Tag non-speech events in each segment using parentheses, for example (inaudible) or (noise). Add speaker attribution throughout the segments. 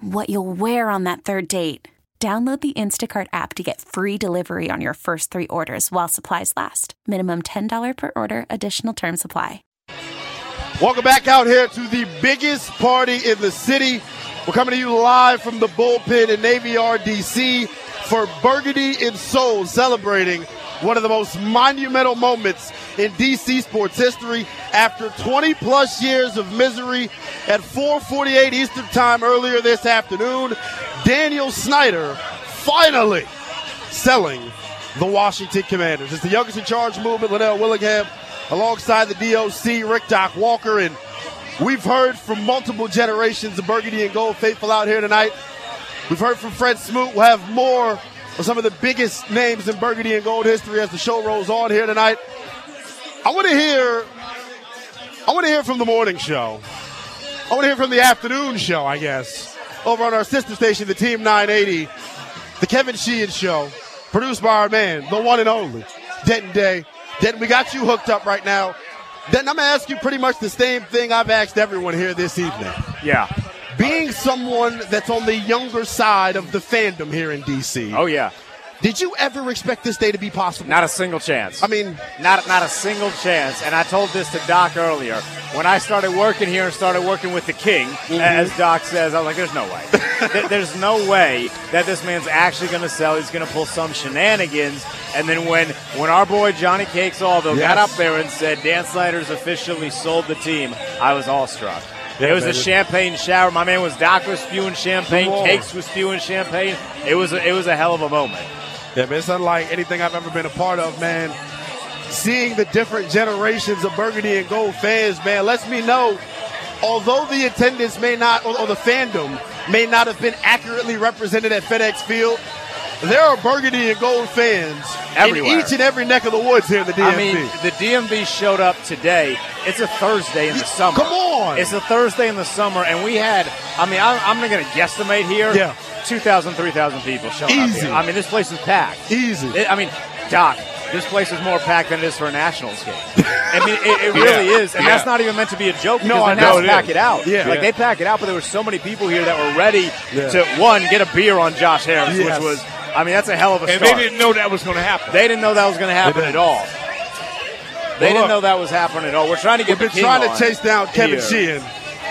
Speaker 1: what you'll wear on that third date. Download the Instacart app to get free delivery on your first three orders while supplies last. Minimum $10 per order, additional term supply.
Speaker 2: Welcome back out here to the biggest party in the city. We're coming to you live from the bullpen in Navy Yard, D.C. for Burgundy and Soul, celebrating one of the most monumental moments in D.C. sports history. After 20 plus years of misery, at 4:48 Eastern Time earlier this afternoon, Daniel Snyder finally selling the Washington Commanders. It's the youngest in charge movement, Linnell Willingham, alongside the DOC, Rick Doc Walker. And we've heard from multiple generations of Burgundy and Gold faithful out here tonight. We've heard from Fred Smoot. We'll have more of some of the biggest names in Burgundy and Gold history as the show rolls on here tonight. I want to hear. I want to hear from the morning show. I want to hear from the afternoon show, I guess, over on our sister station, the Team 980. The Kevin Sheehan Show, produced by our man, the one and only, Denton Day. Denton, we got you hooked up right now. Denton, I'm going to ask you pretty much the same thing I've asked everyone here this evening.
Speaker 3: Yeah.
Speaker 2: Being someone that's on the younger side of the fandom here in D.C.,
Speaker 3: Oh yeah.
Speaker 2: did you ever expect this day to be possible?
Speaker 3: Not a single chance.
Speaker 2: I mean,
Speaker 3: not not a single chance. And I told this to Doc earlier when I started working here and started working with the King,
Speaker 2: Mm-hmm.
Speaker 3: as Doc says. I was like, "There's no
Speaker 2: (laughs)
Speaker 3: way. There- There's no way that this man's actually going to sell. He's going to pull some shenanigans." And then when when our boy Johnny Cakes Aldo got
Speaker 2: Yes.
Speaker 3: up there and said, "Dan Snyder's officially sold the team," I was awestruck.
Speaker 2: Yeah,
Speaker 3: it was
Speaker 2: baby.
Speaker 3: a champagne shower. My man was Doc was spewing champagne,
Speaker 2: Come on.
Speaker 3: Cakes was spewing champagne. It was a, it was a hell of a moment.
Speaker 2: Yeah, man, it's unlike anything I've ever been a part of, man. Seeing the different generations of Burgundy and Gold fans, man, lets me know, although the attendance may not, or, or the fandom may not have been accurately represented at FedEx Field, there are Burgundy and Gold fans
Speaker 3: Everywhere.
Speaker 2: in each and every neck of the woods here in the DMV.
Speaker 3: I mean, the DMV showed up today. It's a Thursday in the summer.
Speaker 2: Come on.
Speaker 3: It's a Thursday in the summer, and we had, I mean, I'm, I'm going to guesstimate here.
Speaker 2: Yeah.
Speaker 3: 2,000, 3,000 people showing up
Speaker 2: Easy.
Speaker 3: here. I mean, this place is packed.
Speaker 2: Easy.
Speaker 3: It- I mean, Doc, this place is more packed than it is for a Nationals game. I mean,
Speaker 2: (laughs)
Speaker 3: it, it really is. And that's not even meant to be a joke because
Speaker 2: No, I
Speaker 3: the
Speaker 2: know
Speaker 3: Nats
Speaker 2: it
Speaker 3: pack
Speaker 2: is.
Speaker 3: it out.
Speaker 2: Yeah.
Speaker 3: Like,
Speaker 2: Yeah.
Speaker 3: they pack it out, but there were so many people here that were ready
Speaker 2: Yeah.
Speaker 3: to, one, get a beer on Josh Harris,
Speaker 2: Yes.
Speaker 3: which was, I mean, that's a hell of a
Speaker 4: And
Speaker 3: start.
Speaker 4: they didn't know that was going to happen.
Speaker 3: They didn't know that was going to happen at all. They
Speaker 4: Well,
Speaker 3: didn't
Speaker 4: look.
Speaker 3: know that was happening at all. We're trying to
Speaker 2: We've
Speaker 3: get
Speaker 2: been
Speaker 3: the king
Speaker 2: trying
Speaker 3: on
Speaker 2: to chase down Kevin
Speaker 3: here.
Speaker 2: Sheehan.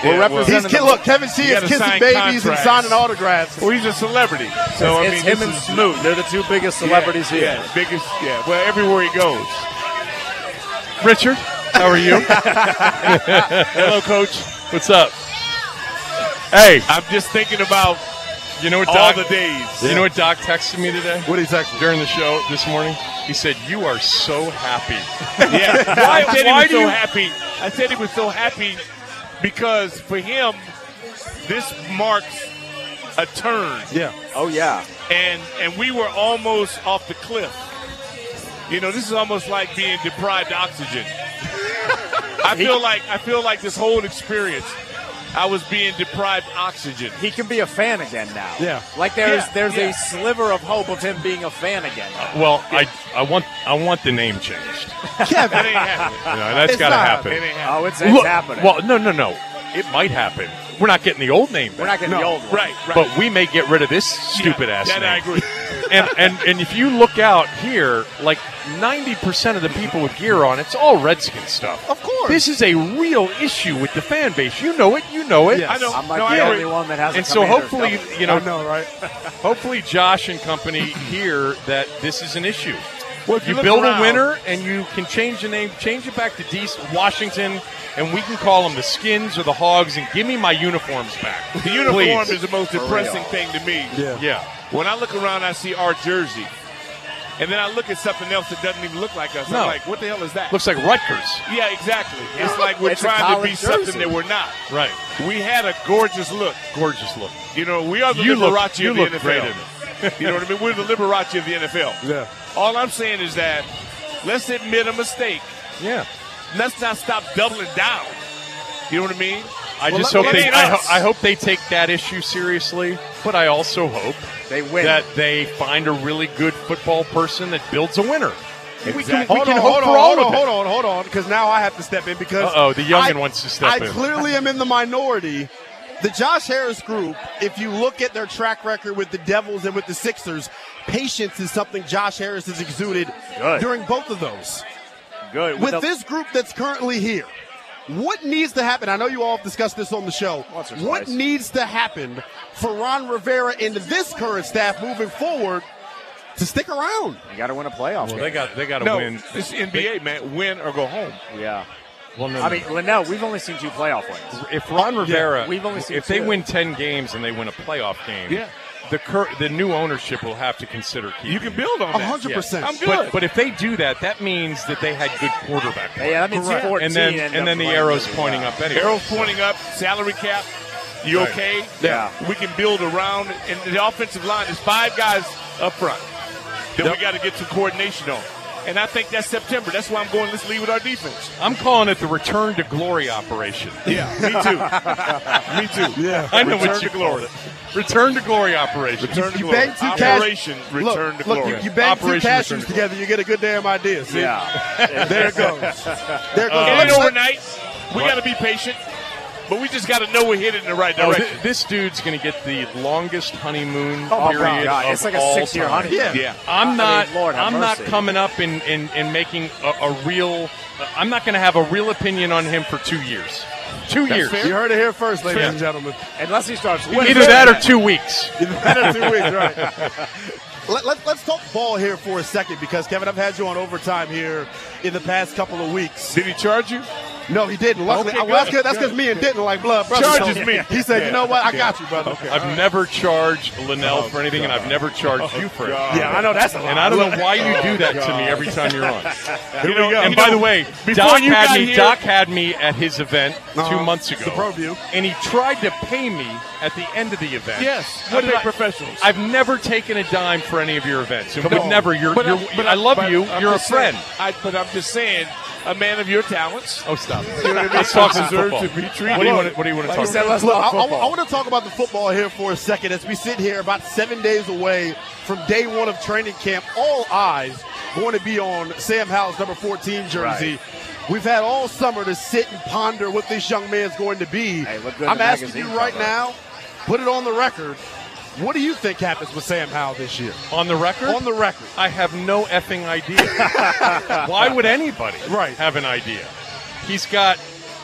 Speaker 3: We're
Speaker 4: Yeah,
Speaker 2: He's
Speaker 3: representing
Speaker 2: ki-
Speaker 3: the-
Speaker 2: look, Kevin Sheehan's
Speaker 4: gotta
Speaker 2: kissing
Speaker 4: sign
Speaker 2: babies and
Speaker 4: contracts.
Speaker 2: signing autographs.
Speaker 4: Well, he's a celebrity. So I mean,
Speaker 3: it's
Speaker 4: this
Speaker 3: him and
Speaker 4: is-
Speaker 3: Smoot. They're the two biggest celebrities
Speaker 4: yeah,
Speaker 3: here.
Speaker 4: Yeah, biggest. Yeah. Well, everywhere he
Speaker 2: (laughs)
Speaker 4: goes. Richard, how are you? Hello, Coach. What's up? Hey, I'm just thinking about
Speaker 5: You know what
Speaker 4: all
Speaker 5: Doc?
Speaker 4: the days.
Speaker 5: You know what Doc texted me today
Speaker 2: What is that?
Speaker 5: during the show this morning? He said, "You are so happy."
Speaker 4: (laughs) Yeah. Why,
Speaker 5: I said he
Speaker 4: why
Speaker 5: was
Speaker 4: do
Speaker 5: so
Speaker 4: you happy? I said he was so happy because for him, this marks a turn,
Speaker 2: Yeah.
Speaker 3: Oh yeah.
Speaker 4: and and we were almost off the cliff. You know, this is almost like being
Speaker 3: (laughs)
Speaker 4: deprived oxygen. I feel like I feel like this whole experience
Speaker 6: I was being deprived oxygen.
Speaker 3: He can be a fan again now.
Speaker 6: Yeah.
Speaker 3: Like there's
Speaker 6: Yeah,
Speaker 3: there's
Speaker 6: yeah.
Speaker 3: a sliver of hope of him being a fan again.
Speaker 5: (laughs) Well, I I want I want the name changed.
Speaker 2: Kevin,
Speaker 6: That ain't happening.
Speaker 5: You know, that's
Speaker 2: It's
Speaker 5: got to
Speaker 2: not.
Speaker 5: happen.
Speaker 6: It ain't happening.
Speaker 3: Oh, it's, it's
Speaker 5: Look,
Speaker 3: happening.
Speaker 5: Well, no, no, no. It might happen. We're not getting the old name back.
Speaker 3: We're not getting the old one.
Speaker 6: Right, right.
Speaker 5: But we may get rid of this stupid ass
Speaker 6: that
Speaker 5: name.
Speaker 6: I agree.
Speaker 5: (laughs) and, and and if you look out here, like ninety percent of the people with gear on, it's all Redskin stuff.
Speaker 2: Of course.
Speaker 5: this is a real issue with the fan base. You know it. You know it.
Speaker 6: I know.
Speaker 3: I'm like
Speaker 6: no,
Speaker 3: the
Speaker 6: I
Speaker 3: only
Speaker 6: agree.
Speaker 3: one that has. a
Speaker 5: And so
Speaker 3: commander's
Speaker 5: hopefully,
Speaker 3: double.
Speaker 5: you know,
Speaker 6: (laughs)
Speaker 2: right?
Speaker 5: hopefully Josh and company hear that this is an issue.
Speaker 6: Well, if you
Speaker 5: you
Speaker 6: look
Speaker 5: build
Speaker 6: around-
Speaker 5: a winner and you can change the name, change it back to Dees Washington, and we can call them the Skins or the Hogs, and give me my uniforms back.
Speaker 6: (laughs) The uniform
Speaker 5: Please.
Speaker 6: is the most depressing thing to me.
Speaker 2: Yeah.
Speaker 5: yeah.
Speaker 6: When I look around, I see our jersey. And then I look at something else that doesn't even look like us.
Speaker 5: No.
Speaker 6: I'm like, what the hell is that?
Speaker 5: Looks like Rutgers.
Speaker 6: yeah, exactly. It's like we're
Speaker 3: It's a
Speaker 6: trying to be
Speaker 3: college jersey.
Speaker 6: something that we're not.
Speaker 5: Right.
Speaker 6: We had a gorgeous look.
Speaker 5: Gorgeous look.
Speaker 6: You know, we are the
Speaker 5: You look-
Speaker 6: Liberace
Speaker 5: you
Speaker 6: of the
Speaker 5: look
Speaker 6: NFL.
Speaker 5: great
Speaker 6: you know what I mean? We're the Liberace of the NFL.
Speaker 2: Yeah.
Speaker 6: All I'm saying is that let's admit a mistake.
Speaker 5: Yeah.
Speaker 6: Let's not stop doubling down. You know what I mean?
Speaker 5: I
Speaker 6: Well,
Speaker 5: just
Speaker 6: let-
Speaker 5: hope
Speaker 6: it
Speaker 5: they.
Speaker 6: ain't
Speaker 5: I, ho-
Speaker 6: us.
Speaker 5: I hope they take that issue seriously, but I also hope
Speaker 3: they win.
Speaker 5: that they find a really good football person that builds a winner.
Speaker 6: Exactly.
Speaker 2: Hold
Speaker 5: can
Speaker 2: on,
Speaker 5: hope
Speaker 2: hold
Speaker 5: for
Speaker 2: on,
Speaker 5: all
Speaker 2: hold
Speaker 5: of
Speaker 2: on,
Speaker 5: it.
Speaker 2: hold on, hold on, because now I have to step in because
Speaker 5: Uh-oh, the youngin'
Speaker 2: I-
Speaker 5: wants to step
Speaker 2: I
Speaker 5: in.
Speaker 2: clearly am in the minority. The Josh Harris group, if you look at their track record with the Devils and with the Sixers, patience is something Josh Harris has exuded
Speaker 3: Good.
Speaker 2: during both of those.
Speaker 3: good
Speaker 2: With
Speaker 3: the-
Speaker 2: this group that's currently here, what needs to happen? I know you all have discussed this on the show.
Speaker 3: Once or
Speaker 2: What
Speaker 3: twice.
Speaker 2: needs to happen for Ron Rivera and this current staff moving forward to stick around?
Speaker 3: You got to win a
Speaker 5: Well,
Speaker 3: playoff game.
Speaker 5: they got they got to
Speaker 6: No,
Speaker 5: win.
Speaker 6: it's NBA, man. Win or go home.
Speaker 3: yeah.
Speaker 5: Well, no,
Speaker 3: I mean, Linnell, we've only seen two playoff wins.
Speaker 5: if Ron Rivera,
Speaker 3: we've only seen
Speaker 5: if they
Speaker 3: two.
Speaker 5: win ten games and they win a playoff game,
Speaker 6: Yeah.
Speaker 5: the cur- the new ownership will have to consider keeping.
Speaker 6: You can build on
Speaker 2: A
Speaker 6: that.
Speaker 2: hundred percent.
Speaker 6: I'm good.
Speaker 5: But, but if they do that, that means that they had good quarterback. play.
Speaker 3: Yeah, that means
Speaker 5: Correct.
Speaker 3: 14
Speaker 5: and then
Speaker 3: end up
Speaker 5: and then the
Speaker 3: playing
Speaker 5: arrows
Speaker 3: really
Speaker 5: pointing
Speaker 3: well.
Speaker 5: up anyway.
Speaker 6: Arrows pointing up, salary cap. You
Speaker 5: Right.
Speaker 6: okay?
Speaker 3: Yeah.
Speaker 6: We can build around, and the offensive line is five guys up front that
Speaker 5: Yep.
Speaker 6: we got to get some coordination on. And I think that's September. That's why I'm going. Let's lead with our defense.
Speaker 5: (laughs) I'm calling it the return to glory operation.
Speaker 6: Yeah, me
Speaker 5: (laughs)
Speaker 6: too. me too. Yeah,
Speaker 5: I know
Speaker 6: return
Speaker 5: what you
Speaker 6: to glory.
Speaker 5: Return to glory operation.
Speaker 6: Return to
Speaker 2: You
Speaker 6: glory.
Speaker 2: bang two cash-
Speaker 6: Operation
Speaker 2: Look,
Speaker 6: return to
Speaker 2: look,
Speaker 6: glory.
Speaker 2: You, you bang
Speaker 5: Operation
Speaker 2: two
Speaker 5: return
Speaker 2: cashews
Speaker 5: to
Speaker 2: together, you get a good damn idea. See?
Speaker 3: Yeah.
Speaker 2: There it goes. There it goes.
Speaker 6: Get it
Speaker 2: Let's-
Speaker 6: overnight. We got to be patient, but we just got to know we're headed in the right
Speaker 5: Oh, thi-
Speaker 6: direction.
Speaker 5: this dude's going to get the longest honeymoon
Speaker 3: Oh, my
Speaker 5: period
Speaker 3: God.
Speaker 5: of
Speaker 3: It's like a
Speaker 5: all
Speaker 3: six-year
Speaker 5: time.
Speaker 3: honeymoon.
Speaker 2: Yeah.
Speaker 6: yeah.
Speaker 5: I'm
Speaker 3: I
Speaker 5: not.
Speaker 3: mean, Lord have
Speaker 5: I'm not
Speaker 3: mercy.
Speaker 5: coming up and and, and making a, a real. I'm not going to have a real opinion on him for two years. Two years.
Speaker 6: fair.
Speaker 2: You heard it here first, ladies
Speaker 5: Yeah.
Speaker 2: and gentlemen.
Speaker 3: Unless he starts winning.
Speaker 5: Either that or two weeks.
Speaker 2: (laughs) You've had it two weeks, right?
Speaker 6: (laughs)
Speaker 2: Let, let, let's talk ball here for a second because, Kevin, I've had you on overtime here in the past couple of weeks.
Speaker 6: Did he charge you?
Speaker 2: No, he didn't. Luckily,
Speaker 6: Okay,
Speaker 2: well, that's
Speaker 6: good.
Speaker 2: good. That's because me and Denton like blood. brother.
Speaker 6: Charges
Speaker 2: So
Speaker 6: me.
Speaker 2: He said, "You know what? I got you, brother."
Speaker 5: I've never charged Linnell for anything, and I've never charged you for anything.
Speaker 2: Oh, Yeah, I know that's a lot. Oh,
Speaker 5: And I don't know why you do that to me every time you're on. You know,
Speaker 6: we go.
Speaker 5: And
Speaker 6: You
Speaker 5: by
Speaker 6: know,
Speaker 5: the way,
Speaker 6: before
Speaker 5: Doc
Speaker 6: you
Speaker 5: had
Speaker 6: got
Speaker 5: me.
Speaker 6: here-
Speaker 5: Doc had me at his event two
Speaker 2: Uh-huh.
Speaker 5: months ago.
Speaker 2: The Pro View.
Speaker 5: And he tried to pay me at the end of the event.
Speaker 6: Yes.
Speaker 5: What
Speaker 6: I
Speaker 5: did
Speaker 6: pay
Speaker 5: I-
Speaker 6: professionals.
Speaker 5: I've never taken a dime for any of your events. And would
Speaker 6: on.
Speaker 5: never. You're,
Speaker 6: But I-
Speaker 2: uh,
Speaker 5: you're,
Speaker 6: but
Speaker 5: I love
Speaker 6: but
Speaker 5: you.
Speaker 6: I'm
Speaker 5: you're a
Speaker 6: just saying-
Speaker 5: friend.
Speaker 6: I, but I'm just saying, a man of your talents.
Speaker 5: Oh, stop.
Speaker 6: You know what I mean?
Speaker 5: Let's talk some
Speaker 6: Deserve
Speaker 5: football.
Speaker 6: to be treated.
Speaker 5: What do you want? What do you want to talk
Speaker 3: said,
Speaker 5: about?
Speaker 3: let's
Speaker 2: Look,
Speaker 3: love
Speaker 2: I, I,
Speaker 3: football.
Speaker 2: I want to talk about the football here for a second as we sit here about seven days away from day one of training camp. All eyes going to be on Sam Howell's number 14 jersey. We've had all summer to sit and ponder what this young man's going to be.
Speaker 3: Hey, look good in
Speaker 2: I'm
Speaker 3: the
Speaker 2: asking you
Speaker 3: magazine
Speaker 2: right
Speaker 3: cover.
Speaker 2: now, put it on the record. What do you think happens with Sam Howell this year?
Speaker 5: On the record?
Speaker 2: On the record.
Speaker 5: I have no effing
Speaker 2: (laughs)
Speaker 5: idea. Why would anybody
Speaker 2: Right.
Speaker 5: have an idea? He's got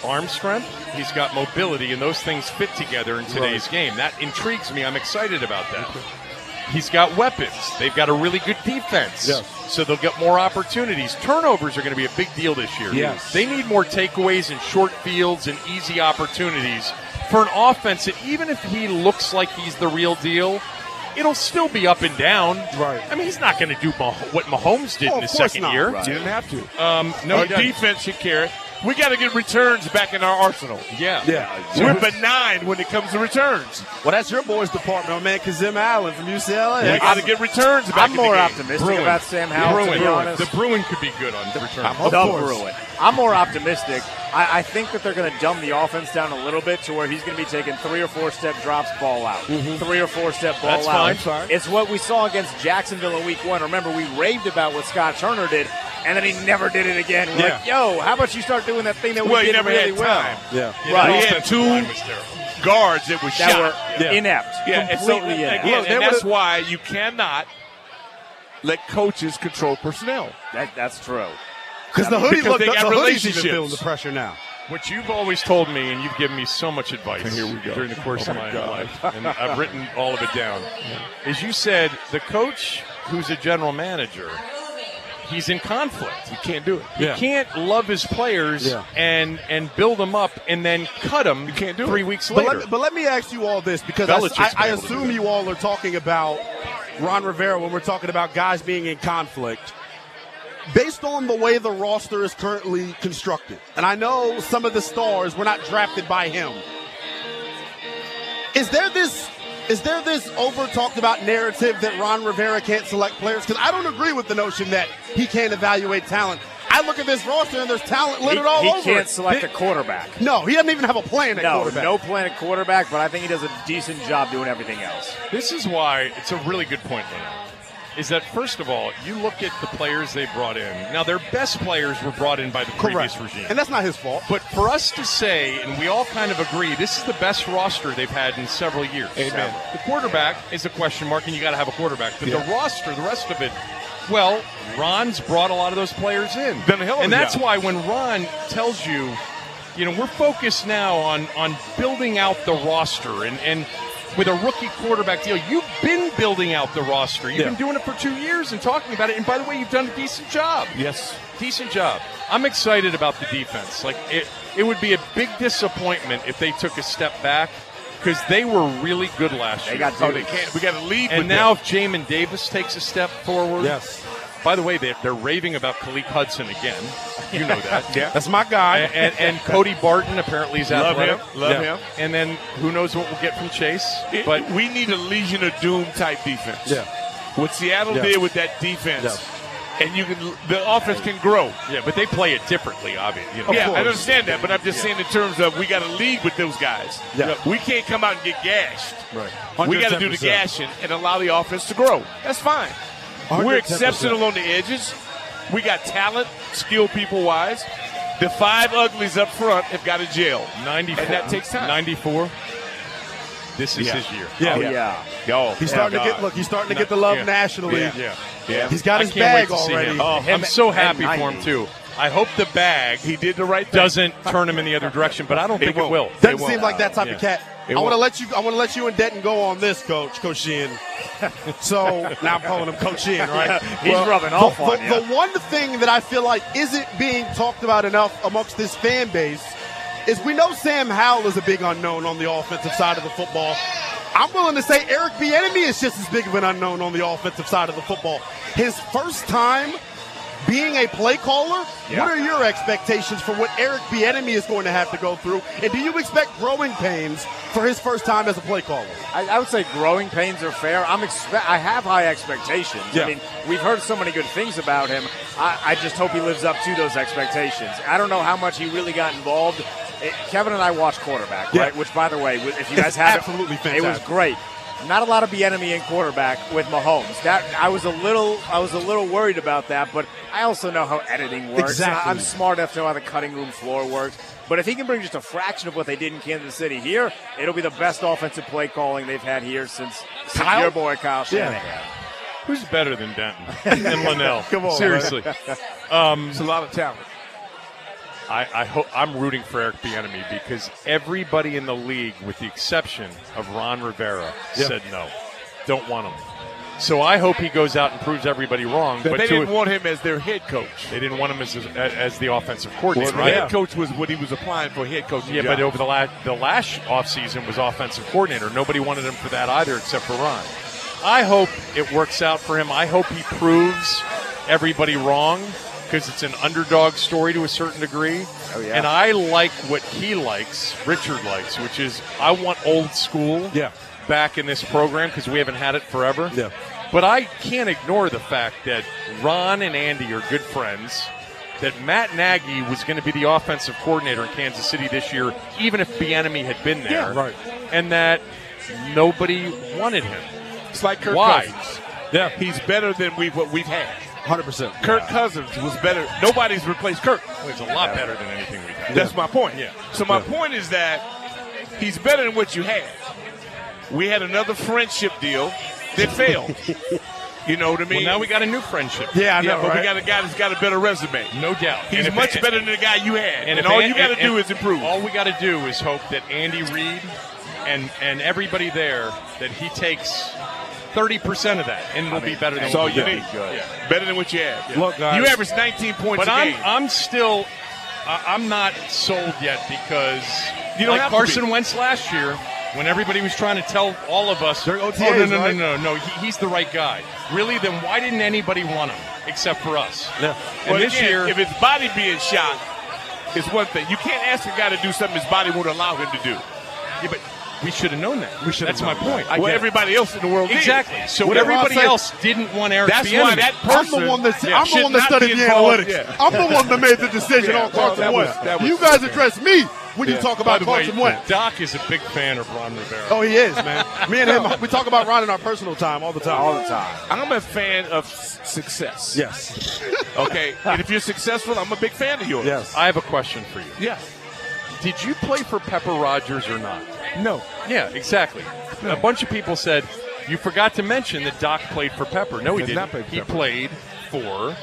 Speaker 5: arm strength, he's got mobility, and those things fit together in today's game. That intrigues me. I'm excited about that. He's got weapons. They've got a really good defense.
Speaker 2: Yes.
Speaker 5: So they'll get more opportunities. Turnovers are going to be a big deal this year.
Speaker 2: Yes.
Speaker 5: They need more takeaways and short fields and easy opportunities for an offense that even if he looks like he's the real deal, it'll still be up and down.
Speaker 2: Right.
Speaker 5: I mean, he's not going to do Mah- what Mahomes did
Speaker 2: Oh,
Speaker 5: in
Speaker 2: of
Speaker 5: his
Speaker 2: course
Speaker 5: second
Speaker 2: not.
Speaker 5: year.
Speaker 2: Right.
Speaker 6: You didn't have to.
Speaker 5: Um, no,
Speaker 6: Our
Speaker 5: he doesn't.
Speaker 6: defense should carry.
Speaker 4: We got to get returns back in our arsenal.
Speaker 5: Yeah.
Speaker 4: We're benign when it comes to returns.
Speaker 2: Well, that's your boys' department, my man Kazim Allen from UCLA.
Speaker 4: We got to get returns back
Speaker 3: I'm
Speaker 4: in
Speaker 3: more
Speaker 4: the game.
Speaker 3: optimistic about Sam Howell, to
Speaker 5: Bruin.
Speaker 3: be honest.
Speaker 5: The Bruin could be good on return.
Speaker 3: The Bruin. I'm more optimistic. I, I think that they're going to dumb the offense down a little bit to where he's going to be taking three or four step drops, ball out.
Speaker 2: Mm-hmm.
Speaker 3: Three or four step ball
Speaker 5: That's
Speaker 3: out.
Speaker 5: fine. Sorry.
Speaker 3: It's what we saw against Jacksonville in week one. Remember, we raved about what Scott Turner did, and then he never did it again. We're
Speaker 4: Yeah.
Speaker 3: like, yo, how about you start doing that thing that
Speaker 4: Well,
Speaker 3: we
Speaker 4: he
Speaker 3: did
Speaker 4: never
Speaker 3: really
Speaker 4: had
Speaker 3: well?
Speaker 4: time.
Speaker 2: Yeah.
Speaker 5: Yeah,
Speaker 3: Right.
Speaker 5: the
Speaker 3: He had
Speaker 5: offensive
Speaker 4: two-
Speaker 5: line was terrible.
Speaker 4: Guards that were
Speaker 3: That
Speaker 4: shot.
Speaker 3: were
Speaker 4: Yeah.
Speaker 3: inept.
Speaker 4: Yeah, and so,
Speaker 3: completely inept.
Speaker 4: again,
Speaker 3: Look,
Speaker 4: and
Speaker 3: they
Speaker 4: that's
Speaker 3: would've-
Speaker 4: why you cannot let coaches control personnel.
Speaker 3: that, that's true.
Speaker 2: Because the hoodie
Speaker 4: Because
Speaker 2: look,
Speaker 4: they
Speaker 2: the,
Speaker 4: got
Speaker 2: the hoodie's even
Speaker 4: relationships.
Speaker 2: feeling the pressure now.
Speaker 5: What you've always told me, and you've given me so much advice
Speaker 4: Here we go.
Speaker 5: during the course
Speaker 4: Oh,
Speaker 5: of
Speaker 4: my
Speaker 5: my
Speaker 4: God.
Speaker 5: life, and I've written all of it down, is you said the coach who's a general manager, he's in conflict.
Speaker 4: You can't do it.
Speaker 5: He can't love his players
Speaker 2: Yeah.
Speaker 5: and and build them up and then cut them. You
Speaker 4: can't do it.
Speaker 5: three weeks
Speaker 2: But
Speaker 5: later.
Speaker 2: let, me, but let me ask you all this because I,
Speaker 5: Belichick's
Speaker 2: I- I
Speaker 5: been able to do
Speaker 2: assume
Speaker 5: that.
Speaker 2: you all are talking about Ron Rivera when we're talking about guys being in conflict. Based on the way the roster is currently constructed, and I know some of the stars were not drafted by him. Is there this is there this over talked about narrative that Ron Rivera can't select players? Because I don't agree with the notion that he can't evaluate talent. I look at this roster and there's talent
Speaker 3: He,
Speaker 2: littered all
Speaker 3: he
Speaker 2: over.
Speaker 3: can't
Speaker 2: it.
Speaker 3: select
Speaker 2: Th-
Speaker 3: a quarterback.
Speaker 2: no, he doesn't even have a plan at
Speaker 3: No,
Speaker 2: quarterback.
Speaker 3: no plan at quarterback, but I think he does a decent job doing everything else.
Speaker 5: This is why it's a really good point, Leonard. Is that first of all, you look at the players they brought in. Now their best players were brought in by the previous regime.
Speaker 2: And that's not his fault.
Speaker 5: but for us to say, and we all kind of agree, this is the best roster they've had in several years.
Speaker 4: Amen.
Speaker 5: The quarterback is a question mark, and you got to have a quarterback. But the roster, the rest of it, well, Ron's brought a lot of those players in.
Speaker 4: Done a hell of
Speaker 5: and
Speaker 4: a
Speaker 5: that's
Speaker 4: job.
Speaker 5: why when Ron tells you, you know, we're focused now on on building out the roster and and with a rookie quarterback deal, you've been building out the roster. You've
Speaker 4: Yeah.
Speaker 5: been doing it for two years and talking about it. And by the way, you've done a decent job
Speaker 4: Yes.
Speaker 5: decent job. I'm excited about the defense. Like it, it would be a big disappointment if they took a step back because they were really good last
Speaker 3: They
Speaker 5: year.
Speaker 3: got
Speaker 4: Oh,
Speaker 3: dudes.
Speaker 4: they can't. We got to lead.
Speaker 5: and
Speaker 4: with
Speaker 5: now
Speaker 4: them.
Speaker 5: if Jamin Davis takes a step forward,
Speaker 4: yes,
Speaker 5: By the way, they're, they're raving about Khalik Hudson again. You know that.
Speaker 4: (laughs) yeah.
Speaker 2: That's my guy.
Speaker 5: And, and, and Cody Barton apparently is
Speaker 4: Love
Speaker 5: athletic.
Speaker 4: him, love him.
Speaker 5: And then who knows what we'll get from Chase?
Speaker 4: It-
Speaker 5: But
Speaker 4: we need a Legion of Doom type defense.
Speaker 2: Yeah.
Speaker 4: What Seattle
Speaker 2: Yeah.
Speaker 4: did with that defense, and you can the offense can grow.
Speaker 5: yeah, but they play it differently, obviously. You know.
Speaker 4: yeah,
Speaker 2: course.
Speaker 4: I understand that, but I'm just saying in terms of we got to lead with those guys.
Speaker 2: Yeah.
Speaker 4: We can't come out and get gashed.
Speaker 2: Right.
Speaker 4: We got to do the
Speaker 2: 110%.
Speaker 4: gashing and allow the offense to grow. That's fine. We're
Speaker 2: 110%.
Speaker 4: exceptional on the edges. We got talent, skilled people wise. The five uglies up front have got to jail.
Speaker 5: 94.
Speaker 4: And that takes time.
Speaker 5: 94. This is
Speaker 4: Yeah.
Speaker 5: his year.
Speaker 2: Yeah.
Speaker 3: Oh,
Speaker 2: Yeah.
Speaker 3: yeah.
Speaker 4: Yo,
Speaker 2: He's
Speaker 4: oh,
Speaker 2: starting to
Speaker 4: God.
Speaker 2: get look. He's starting to get the love
Speaker 5: Yeah.
Speaker 2: nationally.
Speaker 4: Yeah.
Speaker 5: Yeah.
Speaker 4: Yeah.
Speaker 2: He's got
Speaker 5: I
Speaker 2: his
Speaker 5: can't
Speaker 2: bag
Speaker 5: wait to see him.
Speaker 2: already.
Speaker 5: Oh, I'm
Speaker 3: Him
Speaker 5: so
Speaker 3: and
Speaker 5: happy for
Speaker 3: 90.
Speaker 5: him too. I hope the bag
Speaker 4: He did the right thing.
Speaker 5: doesn't turn him in the other direction, but I don't
Speaker 4: It
Speaker 5: think
Speaker 4: won't.
Speaker 5: it will.
Speaker 4: They
Speaker 2: Doesn't
Speaker 4: won't.
Speaker 2: seem like that type
Speaker 5: Yeah.
Speaker 2: of cat.
Speaker 4: They
Speaker 2: I want to
Speaker 4: won't.
Speaker 2: let you. I want to let you and Denton go on this, Coach. Coach Sheehan. so now I'm calling him Coach Sheehan, right?
Speaker 3: He's rubbing
Speaker 2: the,
Speaker 3: off
Speaker 2: the-
Speaker 3: on you.
Speaker 2: the one thing that I feel like isn't being talked about enough amongst this fan base is we know Sam Howell is a big unknown on the offensive side of the football. I'm willing to say Eric Bieniemy is just as big of an unknown on the offensive side of the football. His first time being a play caller,
Speaker 3: Yeah.
Speaker 2: what are your expectations for what Eric Bieniemy is going to have to go through? And do you expect growing pains for his first time as a play caller?
Speaker 3: I, I would say growing pains are fair. I'm expect. I have high expectations.
Speaker 2: Yeah.
Speaker 3: I mean, we've heard so many good things about him. I, I just hope he lives up to those expectations. I don't know how much he really got involved. It- Kevin and I watched quarterback,
Speaker 2: Yeah.
Speaker 3: right? Which, by the way, if you
Speaker 2: It's (laughs)
Speaker 3: guys have
Speaker 2: absolutely
Speaker 3: it was
Speaker 2: fantastic.
Speaker 3: great. Not a lot of enemy in quarterback with Mahomes. That I was a little, I was a little worried about that, but I also know how editing works.
Speaker 2: Exactly.
Speaker 3: I, am smart enough to know how the cutting room floor works. But if he can bring just a fraction of what they did in Kansas City here, it'll be the best offensive play calling they've had here since, since
Speaker 2: Kyle?
Speaker 3: your boy Kyle Shanahan.
Speaker 5: Who's better than Denton
Speaker 4: (laughs)
Speaker 5: and Linnell?
Speaker 2: Come on,
Speaker 5: seriously. Um,
Speaker 4: It's a lot of talent.
Speaker 5: I, I hope I'm rooting for Eric Bieniemy because everybody in the league, with the exception of Ron Rivera, said no, don't want him. So I hope he goes out and proves everybody wrong.
Speaker 4: But
Speaker 5: but
Speaker 4: they
Speaker 5: to-
Speaker 4: didn't want him as their head coach.
Speaker 5: they didn't want him as, as, as the offensive coordinator,
Speaker 4: The
Speaker 5: right?
Speaker 4: head coach was what he was applying for head coach.
Speaker 5: Yeah, but over the last the last offseason was offensive coordinator. Nobody wanted him for that either, except for Ron. I hope it works out for him. I hope he proves everybody wrong. because it's an underdog story to a certain degree.
Speaker 3: Oh, yeah.
Speaker 5: And I like what he likes, Richard likes, which is I want old school
Speaker 6: Yeah.
Speaker 5: back in this program because we haven't had it forever.
Speaker 6: Yeah.
Speaker 5: But I can't ignore the fact that Ron and Andy are good friends. That Matt Nagy was going to be the offensive coordinator in Kansas City this year, even if Bienemy had been
Speaker 6: Yeah,
Speaker 5: there.
Speaker 6: right.
Speaker 5: And that nobody wanted him.
Speaker 6: It's like Kirk
Speaker 5: Why?
Speaker 6: Cousins. Yeah, he's better than we've what we've had.
Speaker 2: 100%.
Speaker 6: Kirk Cousins was better. Nobody's replaced Kirk.
Speaker 5: It's a lot better than anything we've had.
Speaker 6: That's my point.
Speaker 5: Yeah.
Speaker 6: So my point is that he's better than what you had. We had another friendship deal that failed. you know what I mean?
Speaker 5: Well, now we got a new friendship.
Speaker 6: yeah, I know,
Speaker 2: Yeah,
Speaker 6: but
Speaker 2: right?
Speaker 6: we got a guy that's got a better resume.
Speaker 5: No doubt.
Speaker 6: He's
Speaker 5: And if-
Speaker 6: much better than the guy you had. And,
Speaker 5: if
Speaker 6: all
Speaker 5: An-
Speaker 6: you got to
Speaker 5: and-
Speaker 6: do
Speaker 5: and
Speaker 6: is improve.
Speaker 5: All we got to do is hope that Andy Reid and and everybody there that he takes thirty percent of that, and we'll be better than
Speaker 6: That's
Speaker 5: what
Speaker 6: all
Speaker 5: we
Speaker 6: you
Speaker 5: did.
Speaker 6: need.
Speaker 5: Yeah.
Speaker 6: Better than what you had.
Speaker 2: Look, guys-
Speaker 6: you averaged 19 points
Speaker 5: But
Speaker 6: a
Speaker 5: I'm
Speaker 6: game.
Speaker 5: I'm still I- I'm not sold yet because
Speaker 6: You don't
Speaker 5: like
Speaker 6: have to
Speaker 5: Carson
Speaker 6: be.
Speaker 5: Wentz last year when everybody was trying to tell all of us,
Speaker 2: They're
Speaker 5: oh
Speaker 2: OTAs,
Speaker 5: no no no
Speaker 2: right?
Speaker 5: no no, he, he's the right guy. Really, then why didn't anybody want him except for us? And
Speaker 6: Well,
Speaker 5: this
Speaker 6: again,
Speaker 5: year,
Speaker 6: if his body being shot is one thing, you can't ask a guy to do something his body won't allow him to do.
Speaker 5: yeah, but we should have known that.
Speaker 6: We should
Speaker 5: That's
Speaker 6: have
Speaker 5: my
Speaker 6: known that.
Speaker 5: point.
Speaker 6: well, everybody else in the world did.
Speaker 5: Exactly. So
Speaker 2: What
Speaker 5: what
Speaker 2: did
Speaker 5: everybody
Speaker 2: Ross say?
Speaker 5: else didn't want Eric
Speaker 6: That's
Speaker 5: Bieniemy.
Speaker 6: why that
Speaker 2: I'm
Speaker 6: person.
Speaker 2: the one that
Speaker 6: yeah,
Speaker 2: I'm the
Speaker 6: should
Speaker 2: one that
Speaker 6: not
Speaker 2: studied
Speaker 6: be
Speaker 2: the
Speaker 6: involved.
Speaker 2: analytics.
Speaker 6: Yeah.
Speaker 2: I'm the one that made the decision
Speaker 6: Yeah,
Speaker 2: on Carson
Speaker 6: that was-
Speaker 2: Wentz.
Speaker 6: that was-
Speaker 2: you guys address me when you talk
Speaker 5: By
Speaker 2: about
Speaker 5: the way,
Speaker 2: Carson Wentz.
Speaker 5: Doc is a big fan of Ron Rivera.
Speaker 2: Oh, he is, man. Me and him, we talk about Ron in our personal time all
Speaker 6: (laughs)
Speaker 2: the time.
Speaker 3: all the time.
Speaker 6: I'm a fan of s- success.
Speaker 2: Yes.
Speaker 6: Okay. and if you're successful, I'm a
Speaker 2: (laughs)
Speaker 6: big fan of yours.
Speaker 2: Yes.
Speaker 5: I have a question for you.
Speaker 6: Yeah.
Speaker 5: Did you play for Pepper Rogers or not?
Speaker 6: No.
Speaker 5: Yeah, exactly. A bunch of people said you forgot to mention that Doc played for Pepper. No, he
Speaker 6: Did
Speaker 5: didn't.
Speaker 6: not play for
Speaker 5: he
Speaker 6: Pepper.
Speaker 5: played for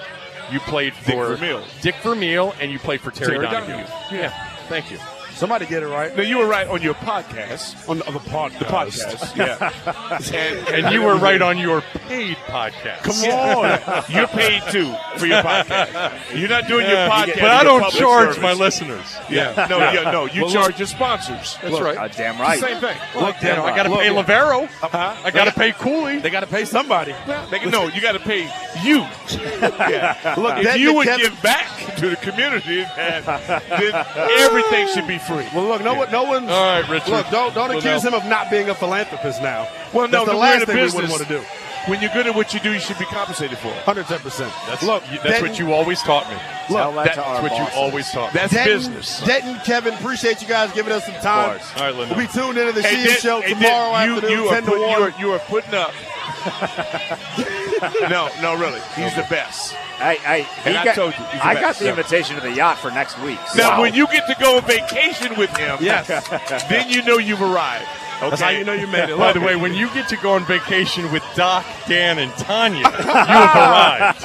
Speaker 5: you played for
Speaker 6: Vermeil.
Speaker 5: Dick Vermeil, and you played for Terry,
Speaker 6: Terry
Speaker 5: Donahue.
Speaker 6: Donahue.
Speaker 5: Yeah. Thank you.
Speaker 2: Somebody get it right.
Speaker 6: No, you were right on your podcast.
Speaker 2: On the, on the podcast.
Speaker 6: The podcast. Yeah. and,
Speaker 2: (laughs)
Speaker 5: And you were right on your paid podcast.
Speaker 6: Come on. (laughs) You're paid too for your podcast. You're not doing your podcast.
Speaker 5: but I
Speaker 6: you're
Speaker 5: don't
Speaker 6: public
Speaker 5: charge
Speaker 6: service.
Speaker 5: my listeners.
Speaker 6: Yeah. No, yeah, no. You
Speaker 5: Well, look-
Speaker 6: charge your sponsors.
Speaker 5: That's right.
Speaker 3: Uh, damn right.
Speaker 6: Same thing.
Speaker 5: Look, damn, I got to
Speaker 6: Look,
Speaker 5: pay
Speaker 6: yeah.
Speaker 5: Lavero.
Speaker 2: Uh-huh.
Speaker 6: Huh?
Speaker 5: I got to pay Cooley.
Speaker 6: They got to pay somebody. They can, no, you got to pay
Speaker 2: (laughs)
Speaker 6: you. (laughs) Yeah. Look, if
Speaker 2: that-
Speaker 6: you
Speaker 2: that
Speaker 6: would
Speaker 2: kept-
Speaker 6: give back to the community, then, then everything should be free.
Speaker 2: Well, look, no one, no one's.
Speaker 5: All right, Richard.
Speaker 2: Look, don't don't
Speaker 5: Well,
Speaker 2: accuse
Speaker 5: now-
Speaker 2: him of not being a philanthropist now.
Speaker 6: Well, no,
Speaker 2: That's the
Speaker 6: we're
Speaker 2: last
Speaker 6: in a
Speaker 2: thing we
Speaker 6: business.
Speaker 2: would want to do.
Speaker 6: When you're good at what you do, you should be compensated for it.
Speaker 2: Hundred ten percent.
Speaker 5: That's,
Speaker 2: Look,
Speaker 5: you- that's
Speaker 2: Denton-
Speaker 5: what you always taught me.
Speaker 3: Tell
Speaker 2: Look,
Speaker 3: that to
Speaker 5: That's
Speaker 3: our
Speaker 5: what you
Speaker 3: bosses.
Speaker 5: always taught me.
Speaker 6: That's
Speaker 2: Denton,
Speaker 6: business.
Speaker 2: Denton, Kevin, appreciate you guys giving us some time.
Speaker 6: course.
Speaker 5: All right, Lindell.
Speaker 2: We'll be tuned into the
Speaker 6: Hey,
Speaker 2: Sheehan
Speaker 6: Dent,
Speaker 2: Show
Speaker 6: hey, Dent,
Speaker 2: tomorrow
Speaker 6: you,
Speaker 2: afternoon,
Speaker 6: you are
Speaker 2: 10 to
Speaker 6: put-
Speaker 2: 1.
Speaker 6: You are, you are putting up.
Speaker 7: (laughs)
Speaker 6: no, no, really. He's the best.
Speaker 3: Hey, (laughs) hey, he
Speaker 6: And I
Speaker 3: got-
Speaker 6: told you, he's the
Speaker 3: I
Speaker 6: best.
Speaker 3: got the
Speaker 6: Yeah.
Speaker 3: invitation to the yacht for next week.
Speaker 6: Now,
Speaker 3: Wow.
Speaker 6: when you get to go on vacation with him,
Speaker 2: Yes.
Speaker 6: (laughs) then you know you've arrived. Okay?
Speaker 2: how you know you made it.
Speaker 5: By the way, when you get to go on vacation with Doc, Dan, and Tanya, you have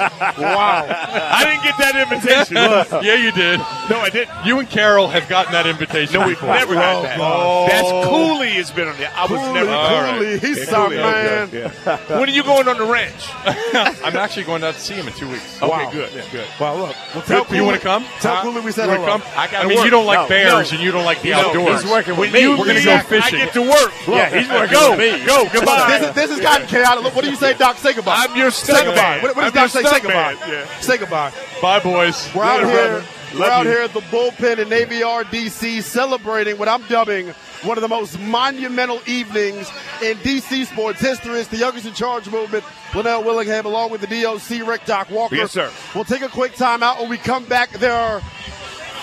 Speaker 5: arrived.
Speaker 6: I didn't get that invitation.
Speaker 5: yeah, you did.
Speaker 6: no, I didn't.
Speaker 5: You and Carol have gotten that invitation.
Speaker 6: No, we
Speaker 5: before.
Speaker 6: never got that.
Speaker 5: Oh.
Speaker 6: That's Cooley has been on there. I was
Speaker 2: Cooley,
Speaker 6: never.
Speaker 5: All right.
Speaker 2: Cooley, he's
Speaker 6: Yeah,
Speaker 2: some
Speaker 6: Cooley,
Speaker 2: man.
Speaker 6: okay, yeah. (laughs) when are you going on the ranch?
Speaker 5: (laughs) I'm actually going out to see him in two weeks.
Speaker 6: Okay,
Speaker 2: Wow.
Speaker 6: good, good.
Speaker 2: Wow, look. Well,
Speaker 5: You- you want to come?
Speaker 2: Tell
Speaker 5: Huh?
Speaker 2: Cooley we said
Speaker 5: You wanna
Speaker 2: hello.
Speaker 5: come?
Speaker 6: I gotta
Speaker 5: mean,
Speaker 6: work.
Speaker 5: you don't like
Speaker 3: No,
Speaker 5: bears
Speaker 3: no.
Speaker 5: and you don't like the
Speaker 6: No,
Speaker 5: outdoors.
Speaker 6: he's working
Speaker 5: when
Speaker 6: with me.
Speaker 5: You We're going to
Speaker 6: leave,
Speaker 5: go
Speaker 6: I
Speaker 5: fishing.
Speaker 6: get to work.
Speaker 3: yeah, he's working
Speaker 6: go,
Speaker 3: with me.
Speaker 6: go.
Speaker 2: Look,
Speaker 6: Goodbye.
Speaker 2: this, is, this has gotten chaotic. Look, what do you say, Doc? Say goodbye.
Speaker 6: I'm your
Speaker 2: Say
Speaker 6: stuntman.
Speaker 2: goodbye. What, what does
Speaker 6: I'm your
Speaker 2: Doc say? Say goodbye.
Speaker 6: stuntman, yeah.
Speaker 2: Say goodbye.
Speaker 5: Bye, boys.
Speaker 2: We're out
Speaker 6: Later,
Speaker 2: here.
Speaker 6: brother.
Speaker 2: We're
Speaker 6: Love
Speaker 2: out
Speaker 6: you.
Speaker 2: here at the bullpen in ABR DC celebrating what I'm dubbing one of the most monumental evenings in DC sports history. It's the youngest in charge movement. Linnell Willingham, along with the DOC, Rick Doc Walker.
Speaker 6: Yes, sir.
Speaker 2: We'll take a quick time out. When we come back, there are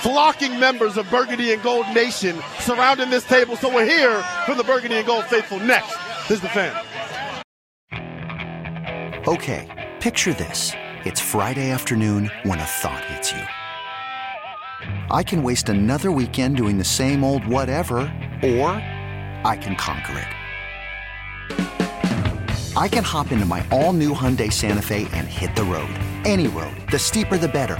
Speaker 2: flocking members of Burgundy and Gold Nation surrounding this table. So we're here from the Burgundy and Gold faithful next. This is the fan.
Speaker 8: Okay, picture this. It's Friday afternoon when a thought hits you. I can waste another weekend doing the same old whatever, or I can conquer it. I can hop into my all new Hyundai Santa Fe and hit the road. Any road. The steeper, the better.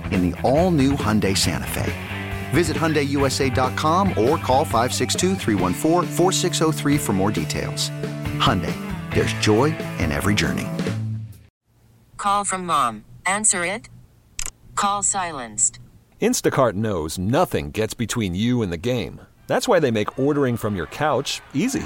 Speaker 8: in the all-new Hyundai Santa Fe. Visit HyundaiUSA.com or call 562-314-4603 for more details. Hyundai, there's joy in every journey.
Speaker 9: Call from mom. Answer it. Call silenced.
Speaker 10: Instacart knows nothing gets between you and the game. That's why they make ordering from your couch easy.